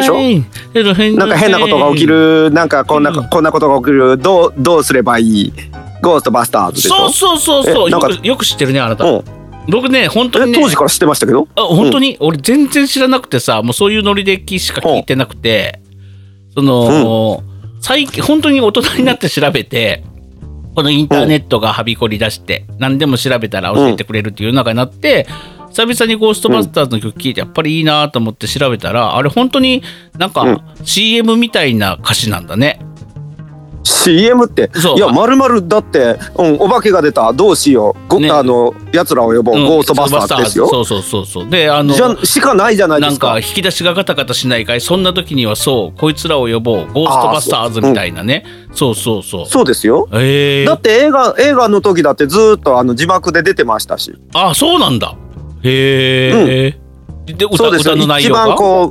S2: でしょ
S1: ょ
S2: なんか変なことが起きるなんかこんな
S1: うん
S2: こんなことが起きるどうどうすればいいゴーストバスターズでし
S1: そ
S2: ょ
S1: うそうそうそう
S2: え
S1: よ
S2: なんか
S1: くよく知ってるねあなた、
S2: うん
S1: 僕ね本当
S2: え
S1: に、ね、
S2: 当時から知ってましたけど
S1: あ本当に、俺全然知らなくてさもうそういうノリでしか聞いてなくてその、最近本当に大人になって調べて、このインターネットがはびこり出して、何でも調べたら教えてくれるっていう中になって、久々に「ゴーストバスターズ」の曲聴いてやっぱりいいなと思って調べたらあれ本当になん
S2: う
S1: か CM みたいな歌詞なんだね。
S2: CM って
S1: そう
S2: いや
S1: あ
S2: まるまるだって、うん、お化けが出たどうしようゴ、
S1: ね
S2: あのやつらを呼ぼう、
S1: うん
S2: ゴーストバスターズですよ
S1: そうそうそうそうであの
S2: じゃしかないじゃないで
S1: なん
S2: すか
S1: か引き出しがガタガタしないかいそんな時にはそうこいつらを呼ぼうゴーストバスターズみたいなねそう,、そうそう
S2: そうですよ
S1: え
S2: だ
S1: ー
S2: っ、て映画映画の時だってずーっとあの字幕で出てましたし
S1: あそうなんだへえ、で歌
S2: そうですよ
S1: 歌の内
S2: 一
S1: 容
S2: 番
S1: が
S2: こ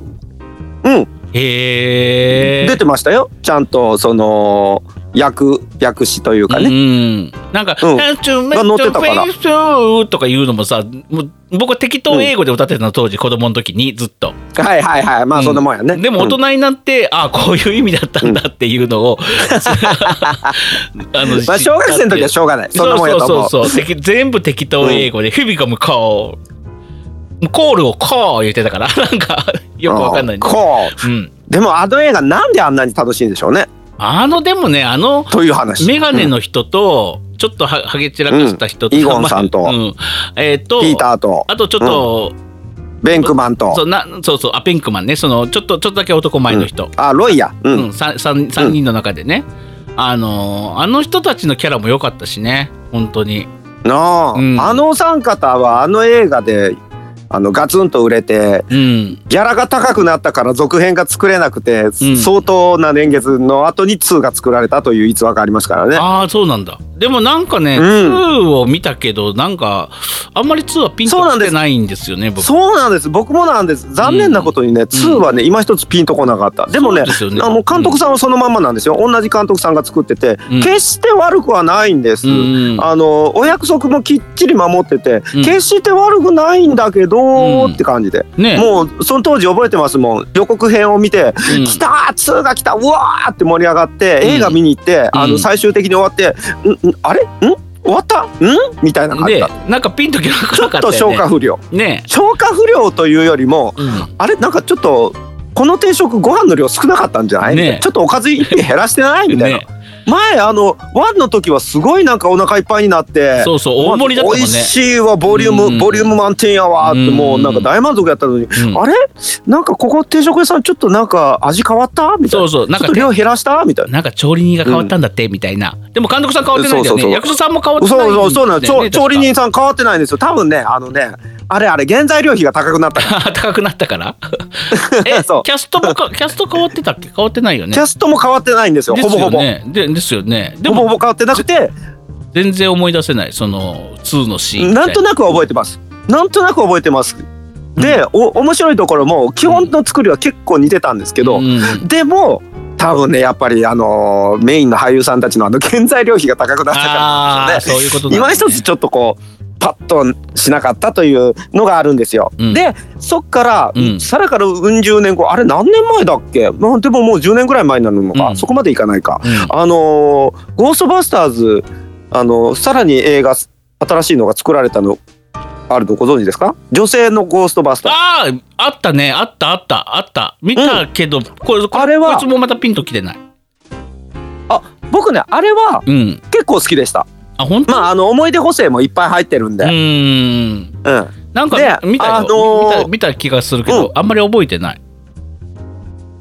S2: ううん
S1: へえ
S2: 出てましたよちゃんとその役役詞というか
S1: う
S2: ね、
S1: ん、なんか「
S2: うん
S1: ハンチュメ
S2: が
S1: ッ
S2: 載っ
S1: トフ
S2: てたから
S1: ェイスー」とか言うのもさもう僕は適当英語で歌ってたの当時子供の時にずっと
S2: はいはいはいまあ
S1: うん
S2: そんなもんやね、
S1: でも大
S2: うん
S1: 人になって、ああこういう意味だったんだっていうの
S2: (laughs)
S1: を、あの
S2: まあ、小学生の時はしょうがないそんなもんやと思う
S1: そうそうそうそうてき全部適当英語で「フィビコムコー」コールを「コー」言ってたから (laughs) なんかよくわかんない、
S2: うんこう
S1: うん、
S2: でもあの映画なんであんなに楽しいんでしょうね
S1: あのでもねあの
S2: という話
S1: メガネの人と、ちょっとははげ散らかした人と、
S2: うんイゴンさんと
S1: まあうんえっ、と
S2: ピーターと
S1: あとちょっと、
S2: ベンクマンと
S1: そうなそうそうあペンクマンねそのちょっとちょっとだけ男前の人、
S2: あロイやう
S1: うんん、三三三人の中でね、あのーあの人たちのキャラも良かったしね本当に
S2: なあ、
S1: うん
S2: あのお三方はあの映画であのガツンと売れて
S1: うん
S2: ギャラが高くなったから続編が作れなくて、
S1: ん
S2: 相当な年月の後に2が作られたという逸話がありますからね
S1: ああそうなんだでもなんかね、
S2: うん
S1: 2を見たけどなんかあんまり2はピンと
S2: そうな
S1: き
S2: んで
S1: て
S2: す
S1: ないんですよね僕
S2: そうなんです僕もなんです残念なことにね、2はね今一つピンとこなかったで
S1: そ
S2: も
S1: う
S2: ね
S1: ですよね
S2: あの監督さんはそのまんまなんですよ同じ監督さんが作ってて、
S1: うん
S2: 決して悪くはないんです、
S1: うん
S2: あのお約束もきっちり守ってて、
S1: うん
S2: 決して悪くないんだけど、
S1: うん
S2: って感じで
S1: ね
S2: もうその当時覚えてますもん予告編を見て
S1: う
S2: 「
S1: ん
S2: 来たー !2 が来たうわー!」って盛り上がって
S1: うん
S2: 映画見に行って、あ
S1: う
S2: の
S1: ん
S2: 最終的に終わって「んんあれん終わったん?」みたいな感じ
S1: で
S2: だった
S1: なんかピンときな
S2: ちょっ
S1: かった
S2: と消化
S1: よ
S2: 不良
S1: ねね
S2: 消化不良というよりも
S1: うん
S2: あれなんかちょっとこの定食ご飯の量少なかったんじゃない、
S1: ねえ
S2: ちょっとおかず一品減らしてないみたいな、
S1: ね
S2: 前あのワンの時はすごいなんかお腹いっぱいになって
S1: そうそう大盛りだったもん
S2: 美
S1: ね
S2: 味しいわボリューム、
S1: うん
S2: ボリューム満点やわってもうなんか大満足やったのに、
S1: うん
S2: あれなんかここ定食屋さんちょっとなんか味変わったみたい
S1: そ
S2: な
S1: うそうなん
S2: ちょ
S1: か
S2: っと量減らしたみたいな。
S1: なんか調理人が変わったんだって、みたいなでも監督さん変わってないんだよね
S2: そうそうそう
S1: 役所さんも変わっ
S2: そ
S1: て
S2: う
S1: ないんだよね
S2: そうそうなの、ちょ
S1: 確か
S2: 調理人さん変わってないんですよ多分ねあのねあれあれ原材料費が高くなったか
S1: (laughs) 高くなったから
S2: (laughs)
S1: え
S2: らそう
S1: キャストも
S2: (laughs)
S1: かキャスト変わってたっけ変わってないよね
S2: キャストも変わってないんですよ
S1: で
S2: ほ
S1: す
S2: ぼ
S1: よ
S2: ほぼ、
S1: ねでですよねで
S2: ほぼほぼ
S1: も
S2: 変わってなくて
S1: 全然思い出せないその2のシーンみた
S2: ないんとなくは覚えてます。なんとなく覚えてます。で、お面白いところも基本の作りは結構似てたんですけど、
S1: うん
S2: でも多分ねやっぱりあのーメインの俳優さんたちのあの原材料費が高くなったから
S1: あ
S2: なん
S1: あ
S2: でしょ
S1: そういうことだ
S2: うね。
S1: ね
S2: 今一つちょっとこうパッとしなかったというのがあるんですよ。
S1: うん
S2: でそっから、
S1: うん
S2: さらからうん十年後あれ何年前だっけ、まあ、でももう10年ぐらい前になるのか、
S1: うん
S2: そこまでいかないか。
S1: うん
S2: あのーゴーストバスターズ」あのさらに映画新しいのが作られたのあるのご存知ですか女性のゴーストバスター
S1: あーあったねあったあったあった見たけど、これこ
S2: あれは
S1: こいつもまたピンときてない
S2: 僕ねあれは
S1: うん
S2: 結構好きでした
S1: あ本当、
S2: まああの思い出補正もいっぱい入ってるん
S1: う
S2: で、
S1: ーん
S2: うん
S1: なんか
S2: で
S1: 見たよ、
S2: あのー
S1: 見た見た気がするけど、
S2: う
S1: あんまり覚えてない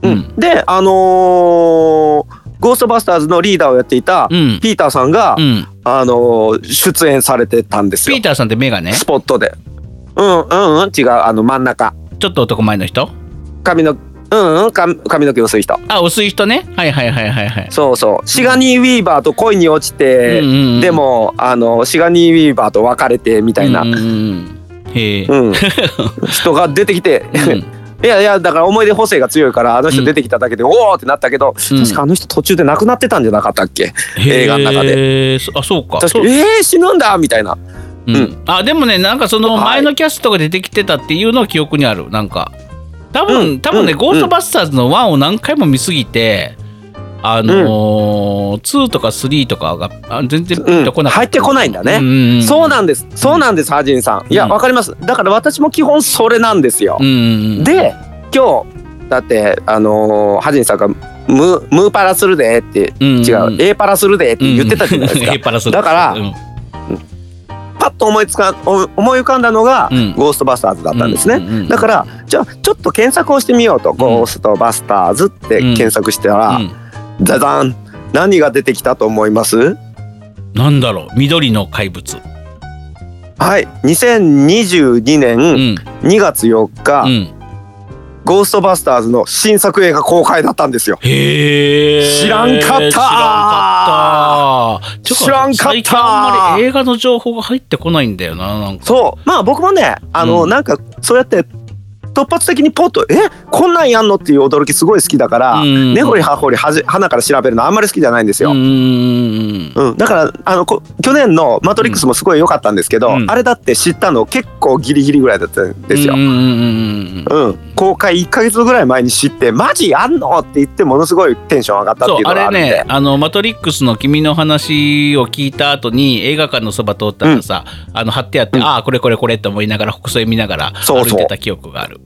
S2: うんであのーゴーストバスターズ」のリーダーをやっていた
S1: うん
S2: ピーターさんが、
S1: うん
S2: あのー出演されてたんです
S1: ピ
S2: よ
S1: ーターさんってメガネ
S2: スポットで。うんうんうん違うあの真ん中
S1: ちょっと男前の人
S2: 髪のうんうん髪髪の毛薄い人
S1: あ薄い人ねはいはいはいはいはい
S2: そうそうシガニー・ウィーバーと恋に落ちて、
S1: うんうんうん
S2: でもあのシガニー・ウィーバーと別れてみたいな、
S1: う
S2: うんん
S1: うんうんへえ、 (laughs)
S2: 人が出てきて、
S1: うん
S2: (laughs) いやいやだから思い出補正が強いからあの人出てきただけで、おおってなったけど、
S1: うん
S2: 確かあの人途中で亡くなってたんじゃなかったっけ映画の中
S1: であそうか
S2: 確か
S1: そう
S2: えー、死ぬんだみたいな
S1: うん
S2: うん
S1: あでもねなんかその
S2: はい
S1: 前のキャストが出てきてたっていうのは記憶にあるなんか多分、
S2: うん
S1: 多分ね、
S2: うん
S1: ゴーストバスターズ」の1を何回も見すぎて、あのー2とか3とかがあ全然ピ
S2: う
S1: ンとこ
S2: ん、
S1: なか
S2: 入
S1: っ
S2: ってこないんだ
S1: た。
S2: ね、
S1: ん
S2: そうなんですそうなんですハジンさんいや
S1: うん
S2: わかりますだから私も基本それなんですよ
S1: う、ん。
S2: で今日だってあのーハジンさんがム「ムーパラするで」って
S1: うん、
S2: 違う、
S1: うん
S2: A パラするでって言ってたじゃないで
S1: (laughs)
S2: すか、
S1: うん A パラソル
S2: だから
S1: うん
S2: パッと思いつかお思い浮かんだのが、
S1: うん
S2: ゴーストバスターズだったんですね、
S1: うんうんうん
S2: だからじゃあちょっと検索をしてみようと「ゴーストバスターズ」って検索したら、
S1: うん
S2: ザザン何が出てきたと思います
S1: なんだろう緑の怪物。
S2: はい2022
S1: う
S2: 年
S1: ん。
S2: 2月4日、
S1: うん。
S2: ゴーストバスターズの新作映画公開だったんですよ
S1: へえ。
S2: 知らんかったー
S1: 知らんかったー。て
S2: 知らんかったー
S1: 最近あんまり映画の情報が入ってこないんだよななんか。
S2: そうまあ僕もねあの、
S1: うん
S2: なんかそうやって突発的にポッと「えこんなんやんの?」っていう驚きすごい好きだから
S1: うん
S2: 根掘、り葉掘りはじ花から調べるのあんまり好きじゃないんですよ。
S1: う
S2: うんん
S1: うん
S2: だからあのこ去年の「マトリックス」もすごい良かったんですけど、
S1: うん
S2: あれだって知ったの結構ギリギリぐらいだったんですよ
S1: うん。うんうんうんうん。
S2: うん、公開1か月ぐらい前に知って「マジあんの?」って言ってものすごいテンション上がったってい
S1: そうう
S2: の
S1: あ
S2: があ
S1: れ
S2: るんで
S1: ねあの「マトリックス」の君の話を聞いた後に映画館のそば通ったらさ、あの貼ってあって、
S2: うん
S1: ああこれこれこれって思いながら細い見ながら
S2: そ
S1: 歩
S2: うそう
S1: いてた記憶がある。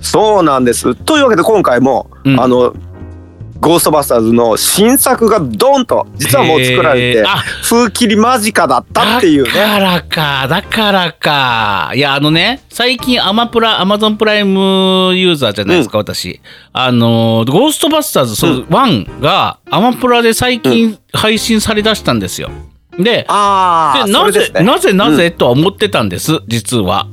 S2: そうなんですというわけで今回も、
S1: うん
S2: あの「ゴーストバスターズ」の新作がドンと実はもう作られ
S1: へ
S2: て
S1: ーあ
S2: 風切り間近だったっていう
S1: だか
S2: ね
S1: らかだからかいやあのね最近アマプラアマゾンプライムユーザーじゃないですか、私あのゴーストバスターズそう1がアマプラで最近配信されだしたんですよで
S2: ああ
S1: で
S2: そ
S1: な
S2: れ
S1: ぜ
S2: ですね
S1: なぜなぜ、とは思ってたんです実は。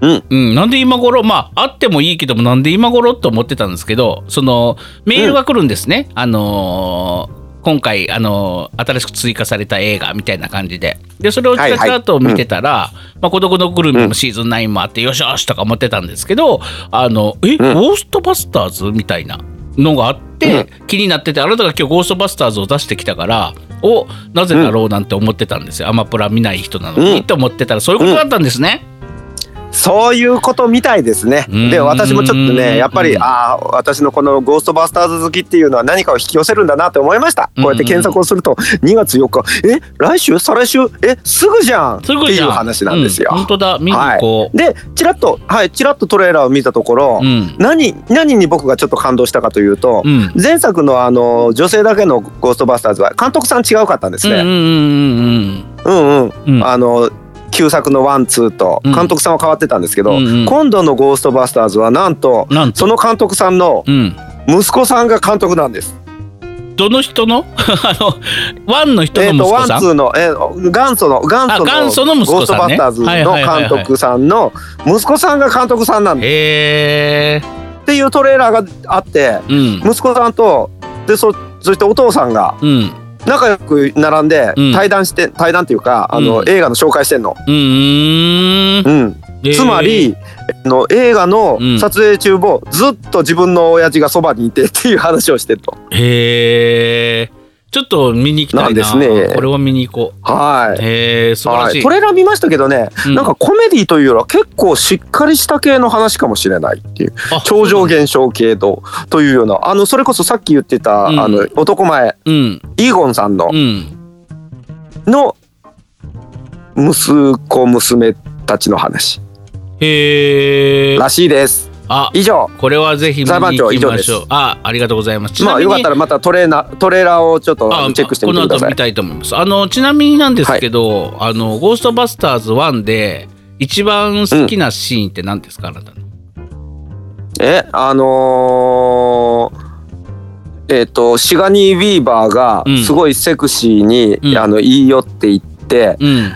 S2: うん
S1: うん、なんで今頃まああってもいいけどもなんで今頃と思ってたんですけどそのメールが来るんですね、あのー今回、あのー新しく追加された映画みたいな感じででそれをチラチラと見てたら「まあ、孤独のグルメ」もシーズン9もあって、よしよしとか思ってたんですけどあのえ、ゴーストバスターズみたいなのがあって、気になっててあなたが今日「ゴーストバスターズ」を出してきたからをなぜだろうなんて思ってたんですよ、アマプラ見ない人なのに、
S2: うん
S1: と思ってたらそういうことだったんですね。
S2: そういうことみたいですね
S1: うん
S2: で私もちょっと
S1: うん
S2: ねやっぱり
S1: うん
S2: ああ私のこの「ゴーストバスターズ」好きっていうのは何かを引き寄せるんだなって思いましたこうやって検索をすると2月4日え来週再来週えすぐじゃんって
S1: すご
S2: いう話なんですよ
S1: う本当だ、見に行こう。
S2: でチラッとはいチラッとトレーラーを見たところ、
S1: うん。
S2: 何何に僕がちょっと感動したかというと、
S1: うん。
S2: 前作のあの女性だけの「ゴーストバスターズ」は監督さん違うかったんです
S1: うんうん
S2: ね。
S1: うん
S2: うん、うん、
S1: うんうん。
S2: あの旧作のワンツーと
S1: うん
S2: 監督さんは変わってたんですけど、
S1: うんうん
S2: 今度の「ゴーストバスターズ」はなんと
S1: なんと。
S2: その監督さんの
S1: うん。
S2: 息子さんが監督なんです。
S1: どの人の (laughs) あの、ワンの人
S2: え
S1: の息
S2: っ、と
S1: 子
S2: ワンツ
S1: さん。
S2: ーの、えー元祖の元祖の
S1: あ元祖の息
S2: ゴー
S1: 子
S2: スト
S1: さん
S2: バ
S1: ね
S2: スターズ」の監督さんの息子さんが監督さんなんで
S1: へえ。
S2: っていうトレーラーがあって
S1: うん。
S2: 息子さんとでそそしてお父さんが
S1: うん。
S2: 仲良く並んで
S1: うん
S2: 対談して、対談っていうかあの、
S1: うん
S2: 映画の紹介してんの、
S1: うーん。
S2: うん、
S1: へー
S2: つま、りあの映画の
S1: うん
S2: 撮影中もずっと自分の親父がそばにいてっていう話をしてると、
S1: へえ。ちょっと見に行きたいな。
S2: なんですね
S1: これは見に行こう。
S2: はい、
S1: へえ、素晴ら
S2: は
S1: し
S2: い、
S1: い。
S2: トレーラー見ましたけどね、
S1: うん
S2: なんかコメディというよりは結構しっかりした系の話かもしれないっていう
S1: あ
S2: 超常現象系とというようなあのそれこそさっき言ってた、
S1: うん
S2: あの男前
S1: うん。
S2: イーゴンさんの
S1: うん。
S2: の息子娘たちの話
S1: へえ。
S2: らしいです。
S1: あ、
S2: 以上。
S1: これはぜひ見に行
S2: 裁判
S1: き
S2: 長以上
S1: ま
S2: で
S1: し
S2: す
S1: ょう。あ、ありがとうございます。ち
S2: ま
S1: な
S2: あ
S1: み
S2: よ
S1: に
S2: かったらまたトレーナートレーラーをちょっと
S1: あ
S2: チェックしてみてくだ
S1: この
S2: さ
S1: 後
S2: い
S1: 見。たいと思いますあのちなみになんですけど、あのゴーストバスターズ1で一番好きなシーンって何ですか、あなたの
S2: えあのーえっ、とシガニー・ウィーバーが
S1: うん
S2: すごいセクシーに、
S1: うん
S2: あの言い寄っていって、
S1: うん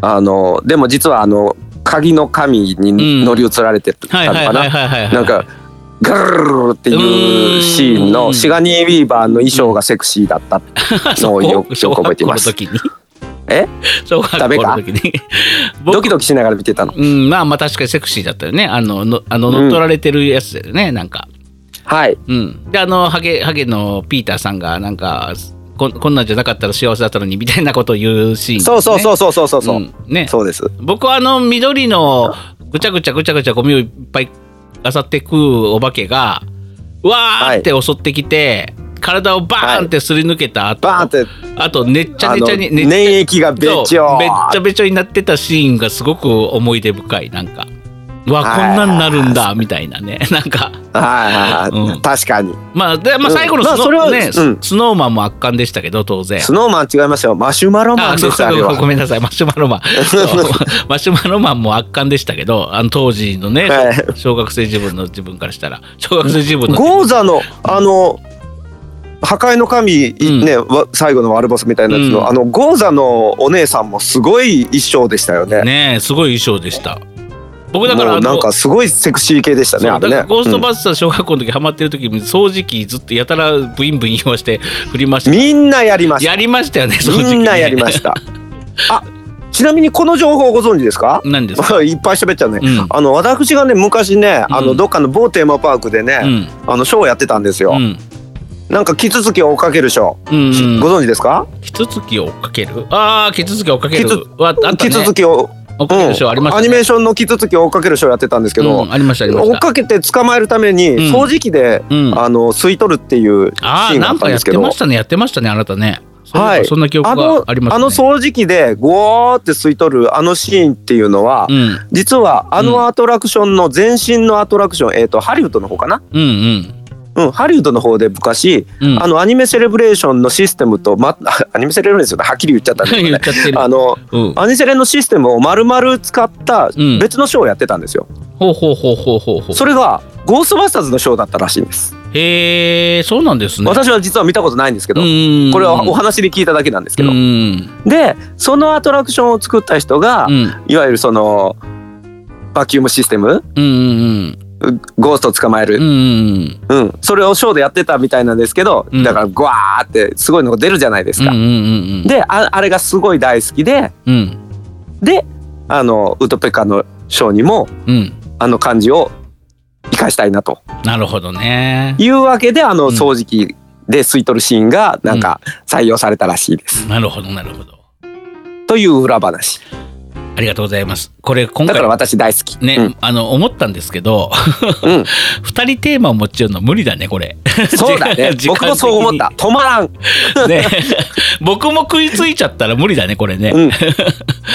S2: あのでも実はあの鍵の神
S1: うん
S2: に乗り移られてたの
S1: はいはい
S2: か
S1: は
S2: な。
S1: いはいはいはい
S2: なん
S1: (laughs)
S2: かガルルルルっていうシー
S1: う
S2: ン
S1: ーん
S2: のシガニー・ウィーバーの衣装がセクシーだったのをよよく覚えています
S1: 小。学校の時に
S2: え
S1: (laughs) 小学校の時に僕
S2: ドキドキしながら見てたの。
S1: うんまあまあ確かにセクシーだったよねあののあの
S2: うん
S1: 乗っ取られてるやつだよね、なんか
S2: はい。
S1: うんであのハゲハゲのピーターさんがなんかこんこんなんじゃなかったら幸せだったのにみたいなことを言うシーン、ね、
S2: そうそうそうそうそうそう。
S1: んね
S2: そうです。
S1: 僕はあの緑のぐちゃぐちゃぐちゃぐちゃゴミをいっぱい漁って食うお化けがうわーって襲ってきて、体をバーンってすり抜けた後、
S2: バーンって
S1: あとねっちゃ
S2: あ
S1: ね
S2: の
S1: ちゃにねっちゃ
S2: 粘液がべちょ
S1: そうべっちゃべちょになってたシーンがすごく思い出深いなんかうわこ
S2: はい
S1: んなんなるんだみたいなねなんか
S2: はいはいはい、
S1: うん
S2: 確かに
S1: まあで、まあ、最後の
S2: うんまあ
S1: スノ,、
S2: それは
S1: ねス
S2: うん
S1: スノーマンも圧巻でしたけど当然
S2: スノーマン違いますよマシュマロマン
S1: あ
S2: で
S1: そう
S2: すあ
S1: か
S2: れ
S1: そうかご
S2: は
S1: めんなさいマシュマロ
S2: (laughs)
S1: マンそうマシュマロマンも圧巻でしたけどあの当時のね、
S2: はい
S1: 小学生自分の自分からしたら小学生自分の自分
S2: ゴーザのあの破壊の神、
S1: うん
S2: ねわ最後の悪ボスみたいなやつの、
S1: うん
S2: あのゴーザのお姉さんもすごい衣装でしたよね
S1: ねえすごい衣装でした僕だから
S2: も
S1: あ
S2: うな
S1: の
S2: んかすごいセクシー系でしたね
S1: そう
S2: あ
S1: だ
S2: れ
S1: から
S2: ね
S1: ゴーストバスターズ小学校の時ハマってる時に掃除機ずっとやたらブインブイン言わして振りました
S2: うんみんなやりまし
S1: やりましたよね
S2: た
S1: 掃除機ね
S2: みんなやりましたあちなみにこの情報ご存知ですか
S1: 何ですか
S2: (laughs) いっぱい喋っちゃうね、
S1: うん
S2: あの私がね昔ねあ
S1: う
S2: の
S1: ん
S2: どっかの某テーマパークでね、
S1: うん
S2: あのショーやってたんですよ、
S1: うん
S2: なんかキツツキを追っかけるショ
S1: う
S2: ー、
S1: ん
S2: ご存知ですか
S1: キツツキを追っかけるああキツツキを追っかける
S2: キツ
S1: はあったね
S2: キツツキを、
S1: 追っかけるショーありましたね
S2: アニメーションのキツツキを追っかけるショーやってたんですけど、
S1: うんありましたありま
S2: 追っ
S1: した
S2: かけて捕まえるために
S1: ん
S2: 掃除機で、
S1: うん
S2: あの吸い取るっていうシ
S1: ああ
S2: ーンが
S1: な
S2: あ
S1: ん
S2: った
S1: か
S2: ん
S1: や
S2: で
S1: っ
S2: すけ
S1: て
S2: ど
S1: ましたねやってましたねあなたねそう
S2: はい
S1: えばそんな記憶があり
S2: あ
S1: ま
S2: の
S1: すね
S2: 掃除機でゴーって吸い取るあのシーンっていうのは、
S1: うん
S2: 実はあのアトラクションの前身のアトラクション、えー、とハリウッドの方かな、
S1: うん
S2: うん、ハリウッドの方で昔、
S1: うんうん
S2: あのアニメセレブレーションのシステムと、ま、 (laughs) アニメセレブレーションだはっきり言っちゃったん
S1: (laughs) (laughs)
S2: で
S1: 言っちゃってる
S2: あの
S1: うん
S2: アニセレのシステムを丸々使った
S1: うん
S2: 別のショーをやってたんですよ、
S1: ほうほうほうほうほうほう
S2: それがゴーストバスターズのショーだったらしいんです、
S1: へえそうなんですね
S2: 私は実は見たことないんですけど、
S1: うん
S2: これはお話で聞いただけなんですけど、
S1: うん
S2: でそのアトラクションを作った人が、
S1: うん
S2: いわゆるそのバキュームシステム
S1: うんうん
S2: ゴーストを捕まえ
S1: うんう
S2: る、
S1: ん
S2: うんそれをショーでやってたみたいなんですけど、
S1: うん
S2: だからグワーってすごいのが出るじゃないです
S1: うんうん
S2: か、
S1: うん
S2: でああれがすごい大好きで
S1: うん
S2: であのウトペカのショーにも
S1: うん
S2: あの感じを生かしたいなと
S1: なるほどね
S2: いうわけであ
S1: うん
S2: の掃除機で吸い取るシーンがなんか採用されたらしいです、
S1: なるほどなるほど
S2: という裏話
S1: ありがとうございますこれ今
S2: だから
S1: 回
S2: 私大好き
S1: ね、あの思ったんですけど (laughs)
S2: うんうん、
S1: 二人テーマを持ち寄るの無理だねこれ
S2: そうだね
S1: 時間的に
S2: 僕もそう思った止まらん、
S1: (laughs) ね (laughs) 僕も食いついちゃったら無理だねこれね、 (laughs)
S2: うん、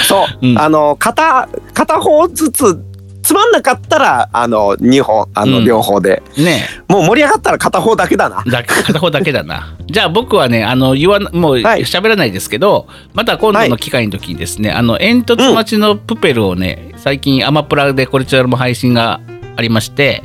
S2: そう、
S1: うん
S2: あの片片方ずつつまんなかったらあの2本あの
S1: うん
S2: 両方で、
S1: ね
S2: もう盛り上がったら片方だけだな
S1: だ片方だけだなじゃあ僕はねあの言わなもう
S2: はい
S1: 喋らないですけど、また今度の機会の時にですね、あの煙突待ちのプペルをね、最近アマプラでこちらも配信がありまして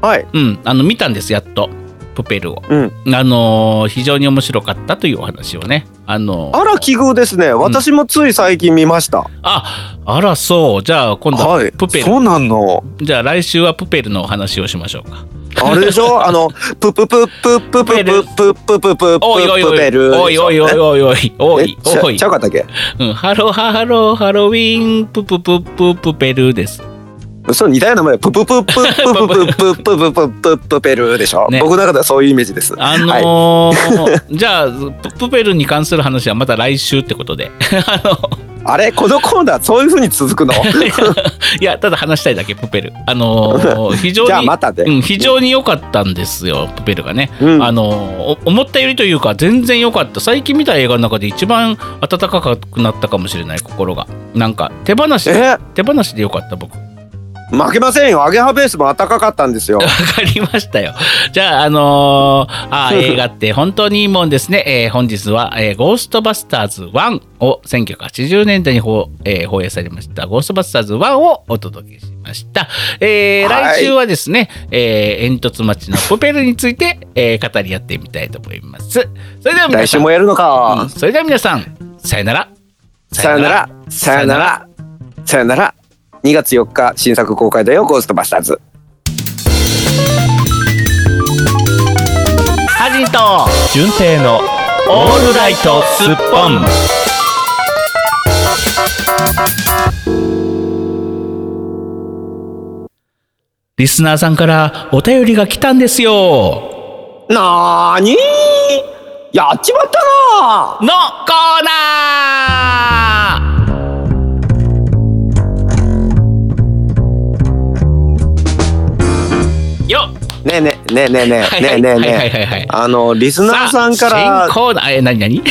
S2: はい
S1: うんあの見たんですやっとプペルを
S2: うん、
S1: あのー非常に面白かったというお話をねあのー
S2: あら奇遇ですね私もつい最近見ました、
S1: ああらそうじゃあ今度
S2: は
S1: はいプペル、
S2: そうなの
S1: じゃあ来週はプペルのお話をしましょうか
S2: あれでしょあのププププププププププププ
S1: おいおいお
S2: プ
S1: い
S2: ペル
S1: おいおいおいおいおいおい
S2: えちゃ
S1: おい
S2: ちゃうかったっけ
S1: うん、ハロハハロハロウィーンプププププペルです。
S2: そう似たような名前プププププププププププププペルでしょ、
S1: ね
S2: 僕の中ではそういうイメージです
S1: あの
S2: はい、
S1: ー (laughs) じゃあププペルに関する話はまた来週ってこと
S2: (laughs)
S1: で。あの
S2: あれこのコーナーそういうふうに続くの
S1: いやただ話したいだけプペル。あの
S2: (laughs)
S1: ー非常
S2: じゃあ
S1: に
S2: またで、
S1: うん、非常に良かったんですよプペルがね。
S2: うん
S1: あのーお思ったよりというか全然良かった最近見た映画の中で一番温かくなったかもしれない心がなんか手放し
S2: え
S1: 手放しで良かった僕 (laughs)
S2: 負けませんよアゲハベースも暖かかったんですよ
S1: わかりましたよ。じゃあ、あのーあー映画って本当にいいもんですね。えー本日は、えーゴーストバスターズ1を1980年代に放,、えー放映されました、ゴーストバスターズ1をお届けしました。えー
S2: はい
S1: 来週はですね、えー煙突町のプペルについて、えー語り合ってみたいと思います。それでは皆
S2: 来
S1: さ
S2: 週
S1: ん、
S2: もやるの
S1: うん
S2: か、
S1: それでは皆さん、さよなら。
S2: さよならさよならさよなら2月4日新作公開だよゴーストバスターズ
S1: ハジンと純正のオールライトスッポン。リスナーさんからお便りが来たんですよ。
S2: なーにーやっちまったな
S1: のコーナー。よっ
S2: ーねえねえねえねえね
S1: は
S2: え
S1: い
S2: ね
S1: はいは
S2: えねえ
S1: い
S2: ね
S1: はいはい
S2: え。あのリスナーさんか
S1: あ新
S2: ら
S1: コーナーえ何何
S2: リリ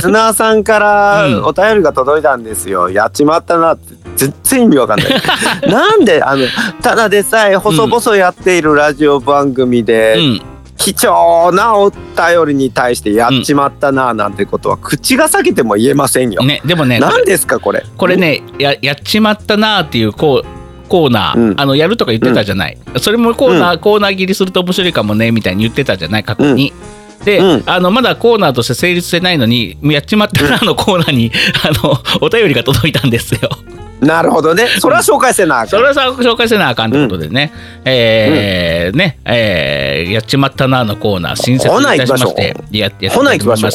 S2: スナーさんか
S1: うん
S2: らお便りが届いたんですよ。やっちまったなって全然意味わかん (laughs) ない。なんであのただでさえ細々やっているラジオ番組で、
S1: うん
S2: 貴重なお便りに対してやっちまったななんてことは口が裂けても言えませんよ。
S1: ねでもねこれ
S2: 何ですかこれ。
S1: これねややっちまったなーっていうこうコーナー、
S2: うん
S1: あのやるとか言ってたじゃない、それもコーナー、コーナー切りすると面白いかもねみたいに言ってたじゃない過去に。で、
S2: うん
S1: あのまだコーナーとして成立してないのに「やっちまったな」のコーナーに、 (laughs) あのお便りが届いたんですよ。
S2: なるほどね。それは紹介せなあ
S1: そ
S2: かん。
S1: れはさ紹介せなあかんってことでね、えーねえーやっちまったな」のコーナー新設いたしまして
S2: ほ
S1: ややってい
S2: ほな行きましょう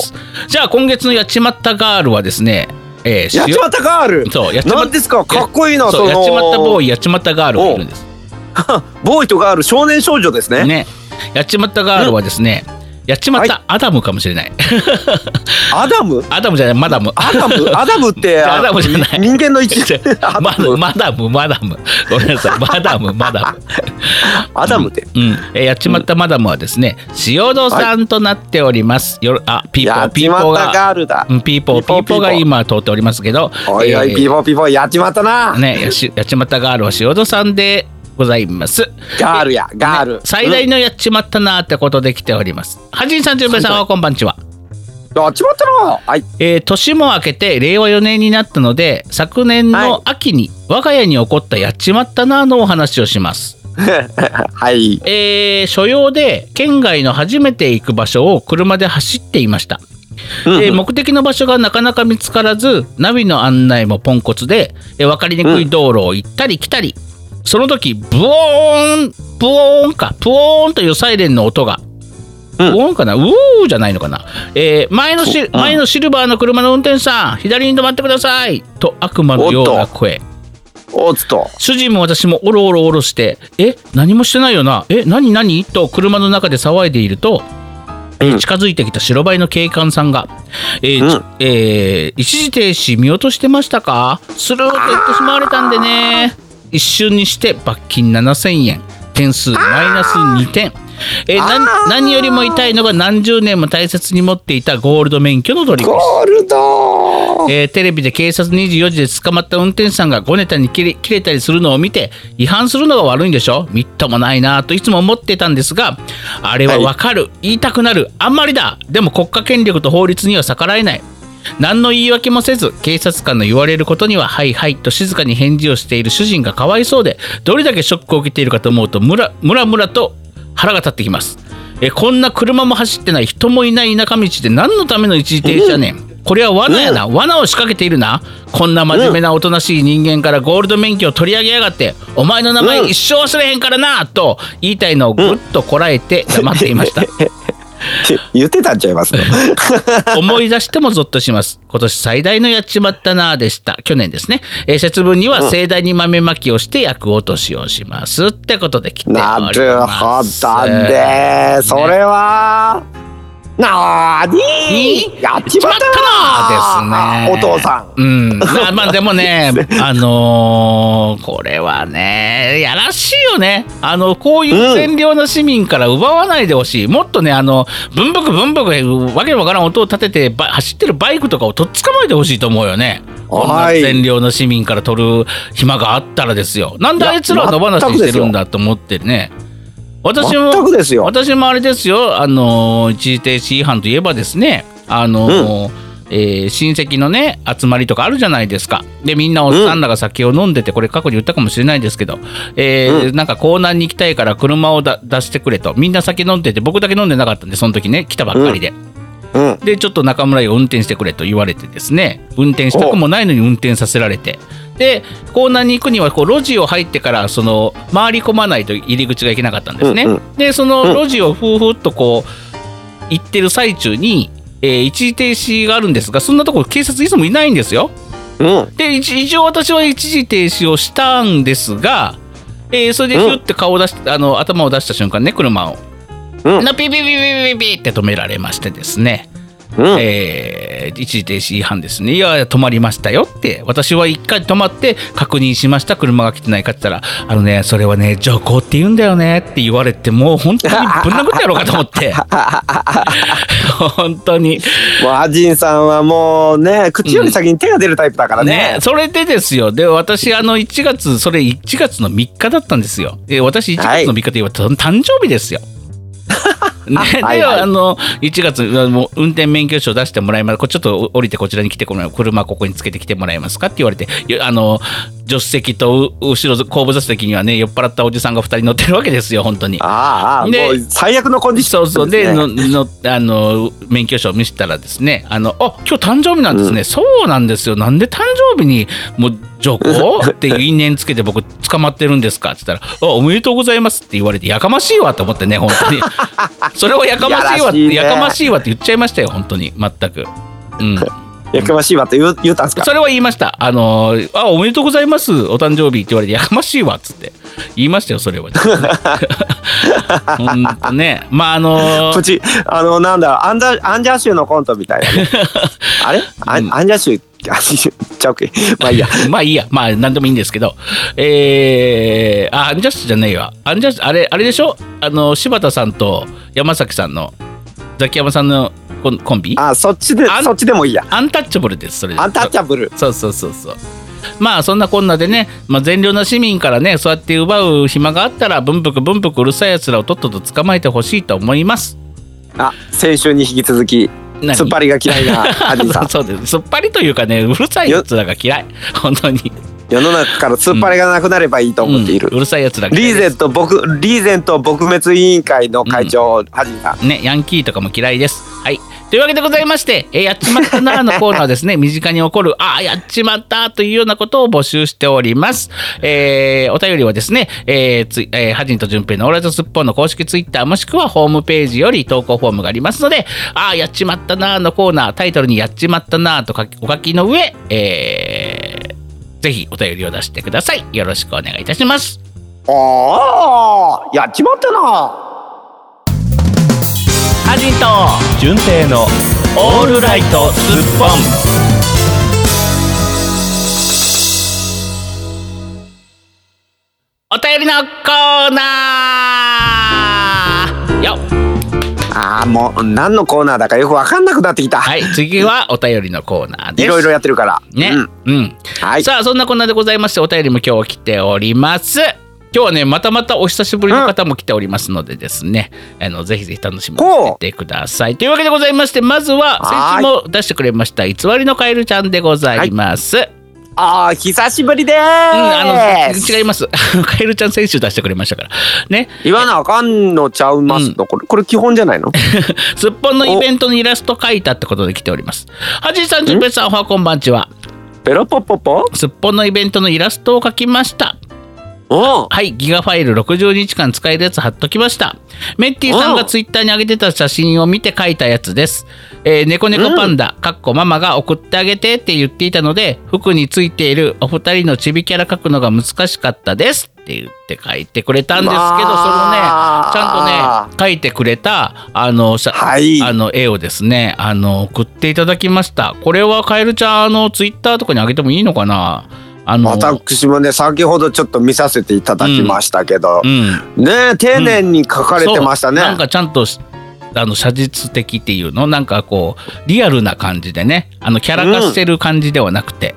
S1: じゃあ今月の「やっちまったガール」はですね、えー
S2: やっちまったガール。
S1: そうやっちま
S2: な
S1: っ
S2: んですかかっこいいな
S1: そうや
S2: その
S1: っちまったボーイやっちまったガールがいるんです
S2: ボーイとガール少年少女ですね。
S1: ねやっちまったガールはですね、やっちまったアダムかもしれない (laughs)
S2: アダム
S1: アダムじゃないマダム
S2: ア
S1: (laughs)
S2: ダムアダムってあ
S1: アダムじゃない
S2: 人間
S1: (laughs)
S2: の一ア
S1: マ
S2: ダム
S1: マダムマダムごめんな
S2: (laughs)
S1: さいマダムマダム
S2: アダムって。
S1: うん、えーやっちまったマダムはですね、塩戸さんとなっております。よろあ、ピーポ
S2: や
S1: ー、
S2: っ
S1: ピ
S2: ち
S1: ー
S2: ま
S1: ポー
S2: った
S1: が、
S2: ガールだ
S1: う。んピーポー、
S2: ピー
S1: ピ
S2: ポー
S1: ーポーが
S2: ピーポー
S1: 今通っておりますけど、
S2: おいお
S1: え
S2: い
S1: ー
S2: ピーポーピーポーやっちまったな。
S1: ね、やしやっちまったガールは塩戸さんでございます。
S2: ガールやガール。
S1: 最大のやっちまったなーってことで来ております。はじんさん、じゅんべいさんはこんばんちは。
S2: うんやっちまったな。はい。
S1: えー年も明けて令和4年になったので昨年の秋に我が家に起こったやっちまったなーのお話をします、
S2: はい。
S1: えー所用で県外の初めて行く場所を車で走っていました、
S2: うん
S1: えー目的の場所がなかなか見つからずナビの案内もポンコツで、えー分かりにくい道路を行ったり来たり、その時ブオーンブオーンかブオーンというサイレンの音が
S2: うん
S1: ブオーンかなうーじゃないのかな、えー前のし
S2: うん
S1: 前のシルバーの車の運転手さん左に止まってくださいと悪魔のよう
S2: お
S1: な
S2: っと
S1: 声
S2: おっと。
S1: 主人も私もおろおろおろして「え何もしてないよなえ何何?」と車の中で騒いでいると、えー
S2: うん
S1: 近づいてきた白バイの警官さんが「えーち
S2: うん
S1: えー一時停止見落としてましたか?」スルーと言ってしまわれたんでね一瞬にして罰金7,000円点数マイナス2点。えーな
S2: あー
S1: 何よりも痛いのが何十年も大切に持っていたゴールド免許のドリンクです
S2: ゴール (laughs) ド。
S1: えーテレビで警察24時で捕まった運転手さんがごネタに切れ切れたりするのを見て違反するのが悪いんでしょみっともないなぁといつも思ってたんですがあれはわかる、言いたくなるあんまりだでも国家権力と法律には逆らえない何の言い訳もせず警察官の言われることには「はいはい」と静かに返事をしている主人がかわいそうでどれだけショックを受けているかと思うとムラムラムラと腹が立ってきますえこんな車も走ってない人もいない田舎道で何のための一時停止やねん、これは罠やな、罠を仕掛けているなこんな真面目なおとなしい人間からゴールド免許を取り上げやがってお前の名前
S2: うん
S1: 一生忘れへんからなと言いたいのをぐっとこらえて黙っていま
S2: (laughs)
S1: した
S2: 言ってたんちゃいますか。
S1: 思い出してもゾッとします。今年最大のやっちまったなあでした。去年ですね。えー節分には盛大に豆まきをして厄落としをします。ってことで来ており
S2: な
S1: ます。
S2: るほどね。それは。なーに
S1: に
S2: ーやっちまったな
S1: です
S2: ー
S1: ね。
S2: お父さん。
S1: うん。まあまあでも
S2: (laughs)
S1: ね、あのーこれはね、やらしいよね。あの、こういう善良な市民から奪わないでほしい。もっとね、あの、ブンブクブンブク、わけのわからん音を立てて、ば走ってるバイクとかをとっ捕まえてほしいと思うよね。こんな
S2: はい
S1: 善良な市民から取る暇があったらですよ。なんであいつらは野放しにしてるんだと思ってね。私も
S2: 全くですよ。
S1: 私もあれですよ、あのー一時停止違反といえばですね、あのーえー親戚のね集まりとかあるじゃないですかでみんなおっさんらが酒を飲んでてこれ過去に言ったかもしれないですけど、えーなんか港南に行きたいから車をだ出してくれとみんな酒飲んでて僕だけ飲んでなかったんでその時ね来たばっかりで、
S2: うん。
S1: でちょっと中村を運転してくれと言われてですね運転したくもないのに運転させられてでコーナーに行くにはこう路地を入ってからその回り込まないと入り口がいけなかったんですね、
S2: うんう
S1: でその路地をふうふうっとこう行ってる最中に、えー一時停止があるんですがそんなところ警察いつもいないんですよ
S2: うん。
S1: で一一応私は一時停止をしたんですが、えーそれでひゅって顔を出して、あの頭を出した瞬間ね車を、
S2: うん
S1: なピピピピピピって止められましてですね
S2: うん
S1: えー一時停止違反ですね。いや、止まりましたよって。私は一回止まって確認しました。車が来てないかって言ったら、あのね、それはね、徐行って言うんだよねって言われて、もう本当にぶん殴ってやろうかと思
S2: (laughs)
S1: って。本当に。
S2: もうアジンさんはもうね口より先に手が出るタイプだからね
S1: ね、それでですよ。で、私、あの、1月、それ1月の3日だったんですよ。で、私、1月の3日といえば、た誕生日
S2: (laughs)
S1: ですよ。ね、で、
S2: はいはい
S1: あの、1月、あの運転免許証出してもらいます。こちょっと降りてこちらに来て、この車ここにつけてきてもらえますかって言われて、よあの、助手席とう後ろ、後部座席にはね、酔っ払ったおじさんが2人乗ってるわけですよ、本当に。
S2: ああああ
S1: ね
S2: もう最悪のコンディシ
S1: そ
S2: ョ
S1: う
S2: ン
S1: そう
S2: です
S1: で
S2: ね
S1: ののあの免許証を見せたらですねあのあ今日誕生日なんですね、そうなんですよなんで誕生日にもう上皇
S2: (laughs)
S1: っていう因縁つけて僕捕まってるんですかって言ったらあおめでとうございますって言われてやかましいわと思ってね本
S2: (laughs)
S1: 当にそれをやかましいわって
S2: いやらしいね
S1: やかましいわって言っちゃいましたよ本当に全く。うん、
S2: やかましいわって言う言ったんですか
S1: それは言いました。あのーあ、おめでとうございます。お誕生日って言われて、やかましいわ。っつって。言いましたよ、そ
S2: (laughs)
S1: れは。ほんとね。まあ、あのー
S2: (laughs) プチあのなんだろうアンダアンジャッシュのコントみたい
S1: (laughs)
S2: なねあれア,、
S1: うん
S2: アンジャッシュ (laughs) アンジャッシュちゃうっけまあいいや
S1: まあいいや、ま (laughs) あ何でもいいんですけど、えー、あアンジャッシュじゃねえわ、アンジャッシュ、あれ、あれでしょ、あの柴田さんと山崎さんの、ザキヤマさんのコンコンビ、
S2: あそっちで
S1: あん
S2: そっちでもいいや
S1: アンタッチャブルです、それ
S2: アンタッチャブル
S1: そうそうそうそう。まあそんなこんなでね、まあ、善良な市民からねそうやって奪う暇があったらぶんぷくぶんぷくうるさいやつらをとっとと捕まえてほしいと思います。
S2: あ先週に引き続き
S1: 何
S2: 突っ張りが嫌い
S1: (laughs)
S2: なアジンさん
S1: そうそうですすっぱりというかねうるさいやつらが嫌い本当に
S2: 世の中から突っ張りがなくなればいいと思っている、
S1: うんうるさいやつらが嫌
S2: リ
S1: い
S2: ー
S1: です
S2: ゼント僕リーゼント撲滅委員会の会長、はじめさん
S1: ね、ヤンキーとかも嫌いです。はい。というわけでございまして、えーやっちまったなーのコーナーはですね、身 (laughs) 近に起こる、ああ、やっちまったというようなことを募集しております。えーお便りはですね、えーついえーはじんとじゅんぺいのオーライトスッポンの公式ツイッターもしくはホームページより投稿フォームがありますので、ああ、やっちまったなーのコーナー、タイトルにやっちまったなーと書きお書きの上、えーぜひお便りを出してください。よろしくお願いいたします。
S2: ああやっちまったな
S1: はじんと、
S4: 純正の
S1: オールライトスッポン。お便りのコーナーよっ
S2: ああもう何のコーナーだかよく分かんなくなってきた、、
S1: はいい次はお便りのコーナーです
S2: ろいろやってるから
S1: ね
S2: うん、
S1: うん、
S2: はい
S1: さあそんなこんなでございましてお便りも今日来ております今日はねまたまたお久しぶりの方も来ておりますのでですね、あのぜひぜひ楽しみに
S2: ほう
S1: しててくださいというわけでございましてまずは
S2: はー
S1: 先
S2: い
S1: 週も出してくれました偽りのカエルちゃんでございます、
S2: ああ久しぶりで
S1: うん、あの
S2: ーす、
S1: 違います。 (laughs) あのカエルちゃん先週出してくれましたから。ね。
S2: 言わなあかんのちゃうますの、これこれ基本じ
S1: (laughs)
S2: ゃないの
S1: すっぽんのイベントのイラスト描いたってことで来ております。はじいさん、じゅんぺいさん、おはこんばんちは。
S2: ペロポポポ
S1: すっぽんのイベントのイラストを描きました。
S2: うん
S1: はい、ギガファイル60日間使えるやつ貼っときました。メッティさんがツイッターに上げてた写真を見て描いたやつです。えー、猫猫パンダ、かっこママが送ってあげてって言っていたので、服についているお二人のチビキャラ描くのが難しかったですって言って書いてくれたんですけど、そのね、ち
S2: うわー
S1: ゃんとね、書いてくれた、あの、さ
S2: はい
S1: あの絵をですね、あの、送っていただきました。これはカエルちゃん、あの、ツイッターとかに上げてもいいのかなあの、
S2: 私もね先ほどちょっと見させていただきましたけど
S1: う、ん。
S2: ねえ丁寧に書かれてましたね、
S1: そうなんかちゃんとしあの写実的っていうのなんかこうリアルな感じでねあのキャラ化してる感じではなくて、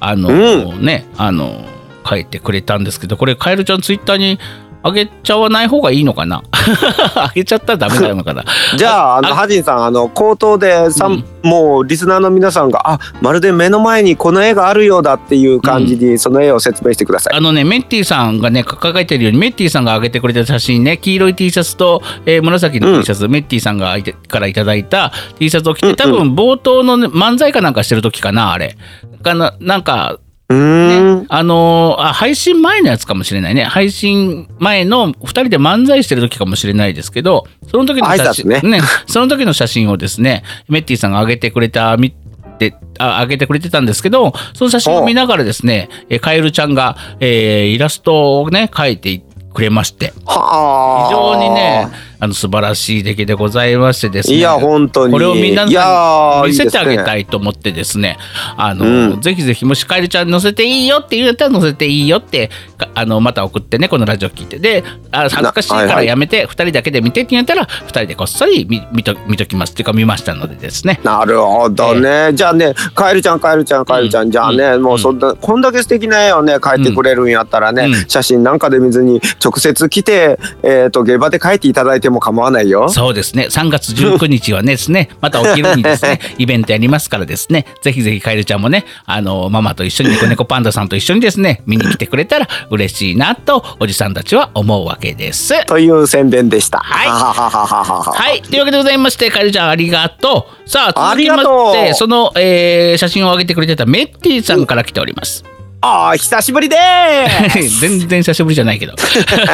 S1: あの、ねあの書いてくれたんですけどこれカエルちゃんツイッターにあげちゃわない方がいいのかな (laughs) あげちゃったらダメなのかな
S2: じゃあ、あの、
S1: あ
S2: ハジンさん、あの、口頭で、さん
S1: うん
S2: もう、リスナーの皆さんが、あ、まるで目の前にこの絵があるようだっていう感じに、その絵を説明してください。
S1: あのねメッティさんがね掲げてるようにメッティさんが上げてくれた写真ね黄色い T シャツと、えー紫の T シャツ、メッティさんが相手からいただいた T シャツを着て多
S2: うん
S1: 分
S2: う
S1: 冒頭の、ね、漫才かなんかしてる時かなあれかななんか
S2: うーん。
S1: あのーあ配信前のやつかもしれないね配信前の2人で漫才してる時かもしれないですけどその時の写真
S2: 挨拶
S1: その時の写真をですねメッティさんが上げてくれたみであ上げてくれてたんですけどその写真を見ながらですねえカエルちゃんが、えーイラストをね描いてくれまして
S2: はあ。
S1: 非常にね。あの素晴らしい出来でございましてですね。
S2: いや本当に
S1: これをみんなに
S2: いやー
S1: 見せてあげ
S2: い
S1: たいと思ってですね、あ
S2: う
S1: の、
S2: ん
S1: ぜひぜひ、もしカエルちゃん乗せていいよって言うたら乗せていいよって、かあの、また送ってね、このラジオ聞いて。で、あ恥ずかしいか
S2: はい
S1: ら
S2: はい
S1: やめて、2人だけで見てって言ったら、2人でこっそり見見と見ときますっていうか見ましたのでですね。
S2: なるほどね、じゃあねカエルちゃんカエルちゃんカエルちゃん、じゃあね、
S1: うん
S2: もうそんなこんだけ素敵な絵をね描いてくれるんやったらね、
S1: うん
S2: 写真なんかで見ずに直接来て、えー、と現場で描いていただいても構わないよ。
S1: そうですね。3月19日はねです
S2: (laughs)
S1: ね、またお昼にですね、イベントやりますからですね、ぜひぜひカエルちゃんもね、あの、ママと一緒に、猫猫パンダさんと一緒にですね、見に来てくれたら嬉しいなと、おじさんたちは思うわけです。
S2: という宣伝でした。
S1: はい
S2: はははははは
S1: はい。というわけでございまして、カエルちゃんありがとう。さあ、
S2: あ
S1: 続
S2: り
S1: きま
S2: がとう
S1: して、その、えー写真を上げてくれてたメッティさんから来ております。
S2: あー久しぶりでー
S1: (laughs)
S2: す。
S1: 全然久しぶりじゃないけど。 (laughs)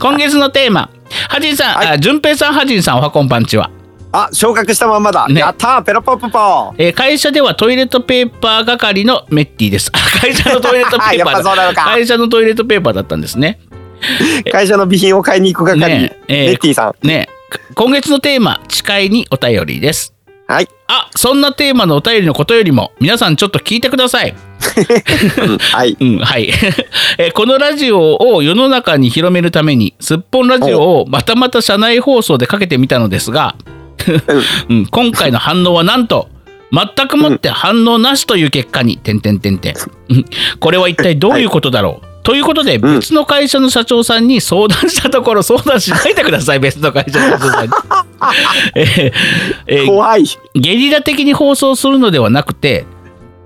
S1: 今月のテーマ、ハジンさん、
S2: はい
S1: あ、順平さん、ハジンさん、おはこんぱんちは。
S2: あ昇格したまんまだ。
S1: ね
S2: やったーペロポポポ。
S1: えー会社ではトイレットペーパー係のメッティです。あ (laughs) 会社のトイレットペー
S2: (laughs) やっ
S1: パ
S2: ぱ
S1: ー
S2: そうな
S1: だ。
S2: のか
S1: 会社のトイレットペーパーだったんですね。
S2: 会社の備品を買いに行く係、
S1: ねええー
S2: メッティさん。
S1: ねえ今月のテーマ、誓いにお便りです。
S2: はい。
S1: あ、そんなテーマのお便りのことよりも、皆さんちょっと聞いてください。
S2: うんはい。
S1: うん、はい。 (laughs) えーこのラジオを世の中に広めるために、すっぽんラジオをまたまた社内放送でかけてみたのですが、うん、今回の反応はなんと、 (laughs) 全くもって反応なしという結果に、点点点点。うんこれは一体どういうことだろう、ということで、別の会社の社長さんに相談したところ、相談しないでください、別の会社の社長 (laughs) さんに。えー (laughs) えー
S2: 怖い。
S1: ゲリラ的に放送するのではなくて、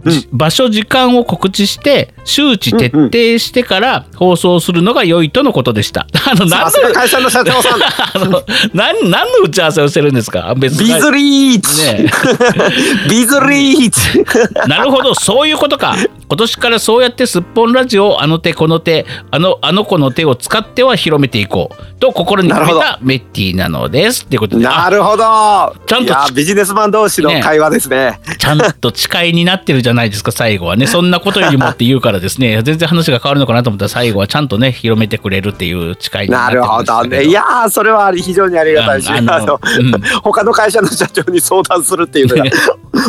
S2: うん
S1: じ場所時間を告知して周知徹底してから放送するのが良いとのことでした。 (laughs) あの
S2: さ
S1: 何
S2: すが
S1: の
S2: 会社の
S1: (laughs)
S2: 社長さん。
S1: あの何何の打ち合わせをしてるんですか別
S2: ビズ
S1: ね
S2: リーチ。
S1: え
S2: ビズリーチ。
S1: なるほどそういうことか今年からそうやってすっぽんラジオをあの手この手あのあの子の手を使っては広めていこうと心に決め
S2: なる
S1: たメッティなのですっていうことで
S2: な
S1: あ
S2: るほど。
S1: ちゃんと
S2: いやビジネスマン同士の会話ですね。
S1: ちゃんと誓いになってるじゃないですか、最後
S2: (laughs)
S1: はね。そんなことよりもって言うからですね、全然話が変わるのかなと思ったら、最後はちゃんとね、広めてくれるっていう誓いになっ
S2: な
S1: て
S2: る
S1: ん
S2: ほ
S1: ですけど
S2: どね。いやーそれは非常にありがたいし、
S1: う
S2: あ
S1: んあの
S2: の
S1: うん
S2: (laughs) 他の会社の社長に相談するっていうのが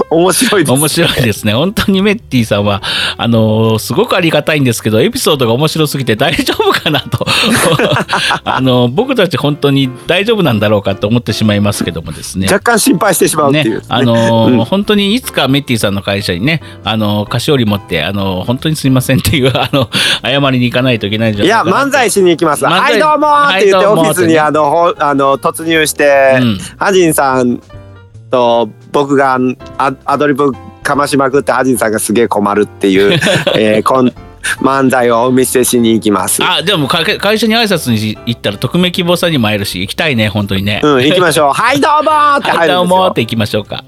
S2: 面白いです。
S1: 面白いですね。本当にメッティさんは、あのーすごくありがたいんですけど、エピソードが面白すぎて大丈夫かな
S2: (laughs)
S1: と。あのー僕たち本当に大丈夫なんだろうかと思ってしまいますけどもですね。
S2: 若干心配してしまうって
S1: ね
S2: いう。
S1: あのー
S2: うん
S1: 本当にいつかメッティさんの会社にね、あのー菓子折り持って、あのー本当にすいませんっていう、あの、謝りに行かないといけないんじゃ
S2: い
S1: ない
S2: や
S1: かな
S2: 漫才しに行きます。
S1: 漫才
S2: はいどうもーって言って
S1: はいどうも
S2: オ
S1: ー
S2: フィスにあのほあの突入して、
S1: うん
S2: ハジンさんと僕がアアドリブかましまくってハジンさんがすげえ困るっ
S1: (laughs)
S2: ていう、えー、こん漫才をお見せしに行きます。
S1: あ、でもかけ会社に挨拶に行ったら、匿名希望さんにも会えるし、行きたいね、本当にね。
S2: うん行
S1: (laughs)
S2: きましょう。はいどうもーって
S1: はい、
S2: 入
S1: ど
S2: る
S1: うん
S2: です
S1: も
S2: よ
S1: っ。て行きましょうか。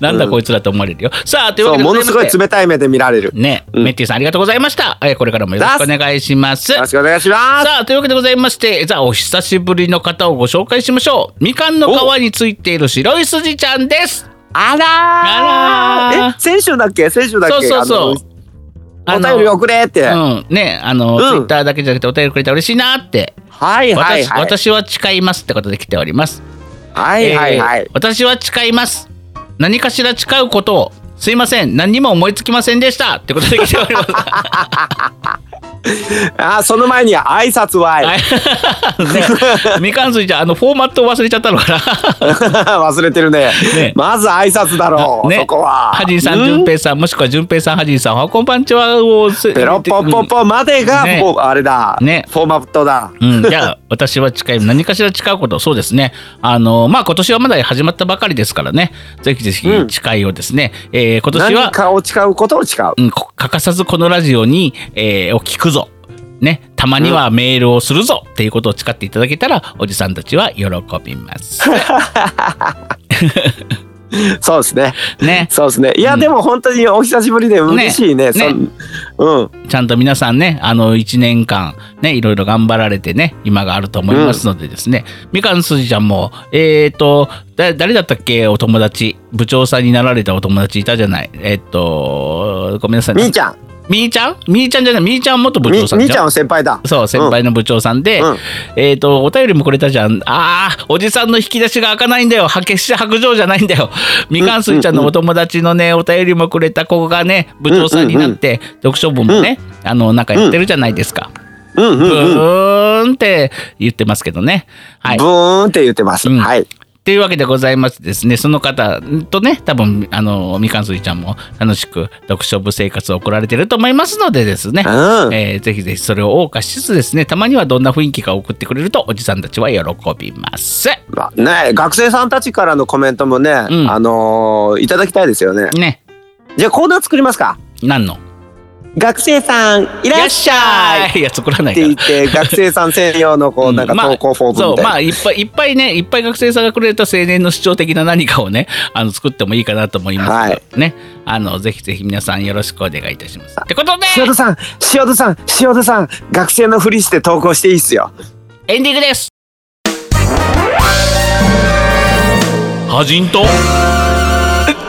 S1: なんだこいつらと思われるよ。さあ、というわ
S2: そ
S1: けで
S2: うも
S1: ござ
S2: の
S1: いますして
S2: ごい冷たい目で見られる。
S1: ね、
S2: うん
S1: メッティさんありがとうございました。えこれからもよろしくお願いします
S2: よ。ろしくお願いします。
S1: さあというわけでございましてじゃあお久しぶりの方をご紹介しましょうみかんの皮についている白い筋ちゃんです
S2: あらー
S1: あらー
S2: え先週だっけ先週だっ
S1: そう
S2: け
S1: そうそう
S2: あの
S1: あの
S2: お便り送れって。
S1: うんねあの、
S2: うん
S1: ツイッターだけじゃなくてお便りくれたら嬉しいなって、
S2: はいはいはい。
S1: 私私は誓いますってことで来ております
S2: はいはいはい。
S1: えー私は誓います何かしら誓うことをすいません何にも思いつきませんでしたってことで来ており
S2: (laughs)
S1: ます
S2: あーその前に挨拶は、
S1: はい (laughs) ねみかん筋ちゃんあのフォーマットを忘れちゃったのかな
S2: (laughs) (laughs) 忘れてるね
S1: ね
S2: まず挨拶だろう、そこは
S1: ハジンさん、
S2: う
S1: じゅんぺいさん、もしくはじゅんぺいさん、ハジンさん、おはこんばんちはをせ
S2: ペロッポッポッポまでが、
S1: ね
S2: もうあれだ、
S1: ね
S2: フォーマットだ
S1: うん、じゃあ、私は近い、何かしら誓うこと、そうですね。あの、まあ、今年はまだ始まったばかりですからね、ぜひぜひ
S2: うん
S1: 誓いをですね、えー今年
S2: 何
S1: は、
S2: かを誓うことを誓う
S1: うん、こ欠かさずこのラジオに、えーを聞くぞ。ね、たまにはメールをするぞっていうことを誓っていただけたら、おじさんたちは喜びます。
S2: そうですね
S1: ね、
S2: そうですねいや、
S1: うん
S2: でも本当にお久しぶりで嬉しいね
S1: ね
S2: そん
S1: ね
S2: うん
S1: ちゃんと皆さんね、あの、1年間、ね、いろいろ頑張られてね、今があると思いますのでですね、みかんすじちゃんも、えっ、と、だ誰だったっけ、お友達、部長さんになられたお友達いたじゃない、えっ、と、ごめんなさい、
S2: みーちゃん
S1: みーちゃん。みーちゃんみーちゃんじゃない、みーちゃんは元部
S2: み
S1: 長さん
S2: 兄
S1: じ
S2: ちゃ
S1: ゃん。
S2: んは先輩だ
S1: そう、先輩の部長さんで、
S2: うん
S1: えっ、と、お便りもくれたじゃん。ああ、おじさんの引き出しが開かないんだよ。は決して白状じゃないんだよ。みかんすいちゃんのお友達のね、お便りもくれた子がね、部長さんになって、読書部もね、あの、なんかやってるじゃないですか。
S2: うんうん
S1: ブ
S2: うん
S1: ーンって言ってますけどね。はい
S2: ブ。ーンって言ってます、
S1: うん
S2: はい
S1: というわけでございましてですねその方とね多分あのみかんすいちゃんも楽しく読書部生活を送られてると思いますのでですね、
S2: うん
S1: えーぜひぜひそれを謳歌しつつですねたまにはどんな雰囲気か送ってくれるとおじさんたちは喜びます。
S2: まあね学生さんたちからのコメントもね、
S1: ん
S2: あのーいただきたいですよね
S1: ね
S2: じゃあコーナー作りますか
S1: 何の
S2: 学生さんいらっしゃい
S1: いいや作らない
S2: っ
S1: か
S2: て
S1: ら (laughs)
S2: 言って学生さん専用のこうなんか
S1: うんまあ
S2: 投稿フォームみ
S1: そう
S2: たい
S1: ま
S2: な
S1: あいっぱいいっぱいねいっぱい学生さんがくれた青年の主張的な何かをねあの作ってもいいかなと思いますけど、ねあのぜひぜひ皆さんよろしくお願いいたします。ってことで
S2: 塩田さん塩田さん塩田さん学生のふりして投稿していいっすよ
S1: エンディングですハジンと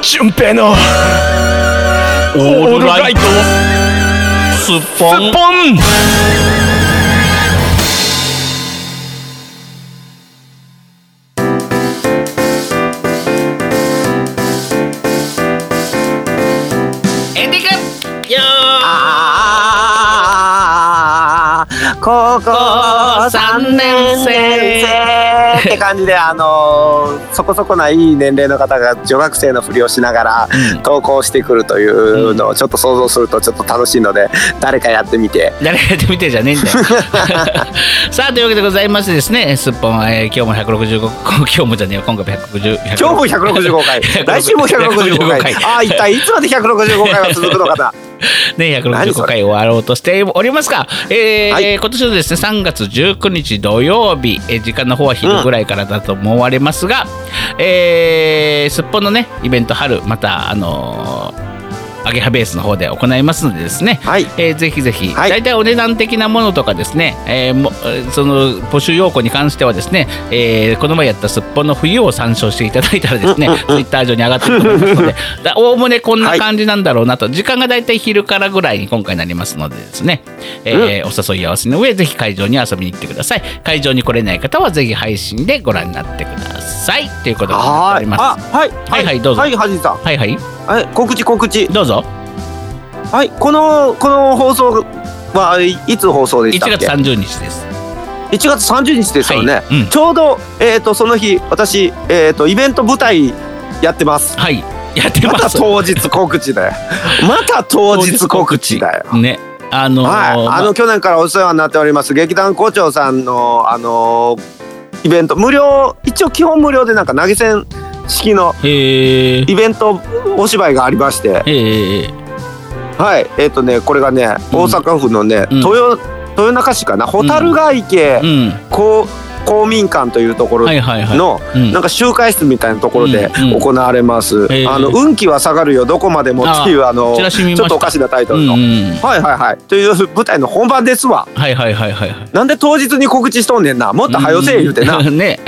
S4: 純平の
S1: オールライトスッポン
S4: ポン
S1: エンディングよ
S2: あー高校三年生って感じであのーそこそこないい年齢の方が女学生のふりをしながら
S1: うん
S2: 投稿してくるというのをちょっと想像するとちょっと楽しいので誰かやって
S1: (laughs)
S2: みて
S1: 誰がやってみてじゃねえん
S2: (laughs)
S1: だよさあというわけでございましてですねすっぽん、えー、今日も165今 (laughs) 日もじゃねえよ今回も160
S2: 今日も165回
S1: (laughs)
S2: 来週も165回ああ一体いつまで165回は続くの
S1: (laughs)
S2: かな
S1: ね、
S2: 何
S1: 165
S2: それ
S1: 回終わろうとしておりますが、えー
S2: はい
S1: 今年のですね3月19日土曜日、えー時間の方は昼ぐらいからだと思われますが、えーすっぽんのねイベント春またあのー、アゲハベースの方で行いますのでですね、
S2: はい
S1: えーぜひぜひ、
S2: はい
S1: 大体お値段的なものとかですね、えーもえーその募集要項に関してはですね、えーこの前やったすっぽんの冬を参照していただいたらです
S2: (laughs)
S1: ね、ツイッター上に上がってると思いますので、だおおむねこんな感じなんだろうなと、時間が大体昼からぐらいに今回なりますのでですね、えーお誘い合わせの上、ぜひ会場に遊びに行ってください。会場に来れない方はぜひ配信でご覧になってください。ということでございま
S2: あ
S1: す。
S2: はい
S1: はいはいどうぞ
S2: はいはじいさん
S1: はいはい、
S2: はい告知告知
S1: どうぞ。
S2: はいこのこの放送はいいつ放送で
S1: 1
S2: したっ
S1: 月
S2: け1
S1: 30日です。
S2: 月30日ですよね、
S1: はいうん
S2: ちょうどえっ、とその日私えっ、とイベント舞台やってます
S1: はい、やって
S2: ま
S1: ま
S2: た
S1: す。
S2: 当日告知
S1: (laughs)
S2: だよまた当日告知だよ
S1: ね。あのー
S2: はい、
S1: ま
S2: あの去年からお世話になっております劇団校長さんのあのイベント無料一応基本無料でなんか投げ銭式の
S1: へえ
S2: イベントお芝居がありまして
S1: ええ
S2: はいえっ、とねこれがね大阪府のね、
S1: うん
S2: 豊豊中市かな蛍ヶ池
S1: うん
S2: 公,、公民館というところの、
S1: はいはいはいうん
S2: なんか集会室みたいなところで
S1: うんうん
S2: 行われます、
S1: ええ
S2: あの運気は下がるよどこまでもっていうあの
S1: チ
S2: ちょ
S1: ラシ見ました
S2: っとおかしなタイト
S1: う
S2: ル
S1: ん
S2: の、
S1: うん
S2: はいはいはいという舞台の本番ですわ
S1: はいはいはいはいはい
S2: なんで当日に告知しとんねんなもっと早よせえ言うてな、
S1: ん (laughs) ね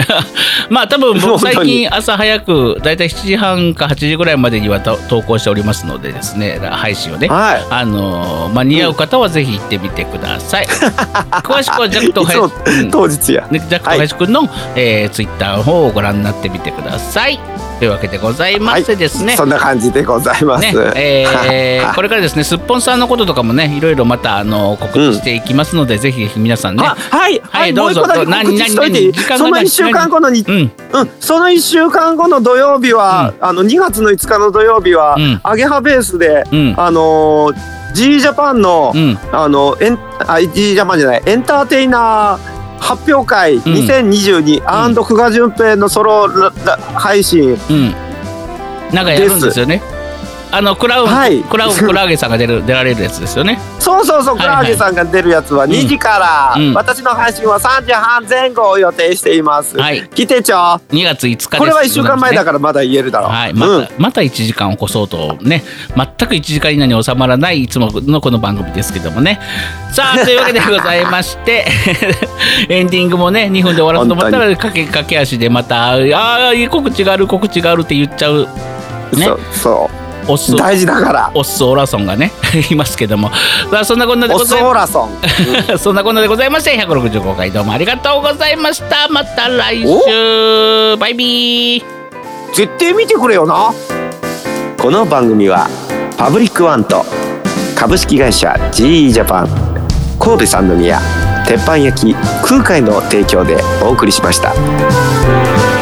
S1: まあ多分
S2: 本
S1: 僕
S2: 当に
S1: 最近朝早くだいたい7時半か8時ぐらいまでにはと投稿しておりますのでですね配信をね
S2: はい
S1: あのー間に合う方はぜひ行ってみてくださ
S2: (laughs)
S1: い詳しくはジャックと
S2: いつも
S1: 林うん
S2: 当日や、
S1: ねジャックと林くんの、えー、ツイッターの方をご覧になってみてくださいというわけでございましてですね、
S2: そんな感じでございます、
S1: ねえ
S2: (laughs)
S1: ーこれからですねすっぽんさんのこととかもねいろいろまたあの告知していきますので、ぜひぜひ皆さんね
S2: あはい
S1: は
S2: はいい、
S1: ど
S2: も
S1: う
S2: う一
S1: ぞ
S2: 個だけ告知しといていい
S1: 何何何
S2: その
S1: 何
S2: 1週間後のに、
S1: うん
S2: うん、その1週間後の土曜日は、あの2月の5日の土曜日は、
S1: うん
S2: アゲハベースで、
S1: うん
S2: あのー、G ジャパンの、
S1: うん
S2: あのエンあ G ジャパンじゃないエンターテイナー発表会2022、アンド久我淳平のソロララ配信
S1: うんなんかやるんですよねあのクラウン、
S2: はい
S1: クラウンクラウゲさんが出
S2: (laughs)
S1: る出られるやつですよね
S2: そうそうそう、
S1: は
S2: ク
S1: いはい
S2: ラーゲさんが出るやつは2時から、
S1: うんうん
S2: 私の配信は3時半前後を予定しています。
S1: はい
S2: 来てちょ。
S1: 2月5日です
S2: これは1週間前だ
S1: ら
S2: からまだ言えるだろう。
S1: はい、また、
S2: うん、
S1: また1時間起こそうとね全く1時間以内に収まらないいつものこの番組ですけどもねさ
S2: (laughs)
S1: あというわけでございまして (laughs) エンディングもね2分で終わらすと思ったら駆け駆け足でまたああ告知がある告知があるって言っちゃうね
S2: そうそ
S1: オス
S2: 大事だから
S1: オスオラソンがね (laughs) いますけどもさあそんなこんなで
S2: オ
S1: ご
S2: ス
S1: ざい
S2: オ
S1: ま
S2: ラソン
S1: そんなこんなでございまして165回どうもありがとうございましたまた来週バイビー
S2: 絶対見てくれよなこの番組はパブリックワンと株式会社 GE ジャパン神戸三宮鉄板焼き空海の提供でお送りしました。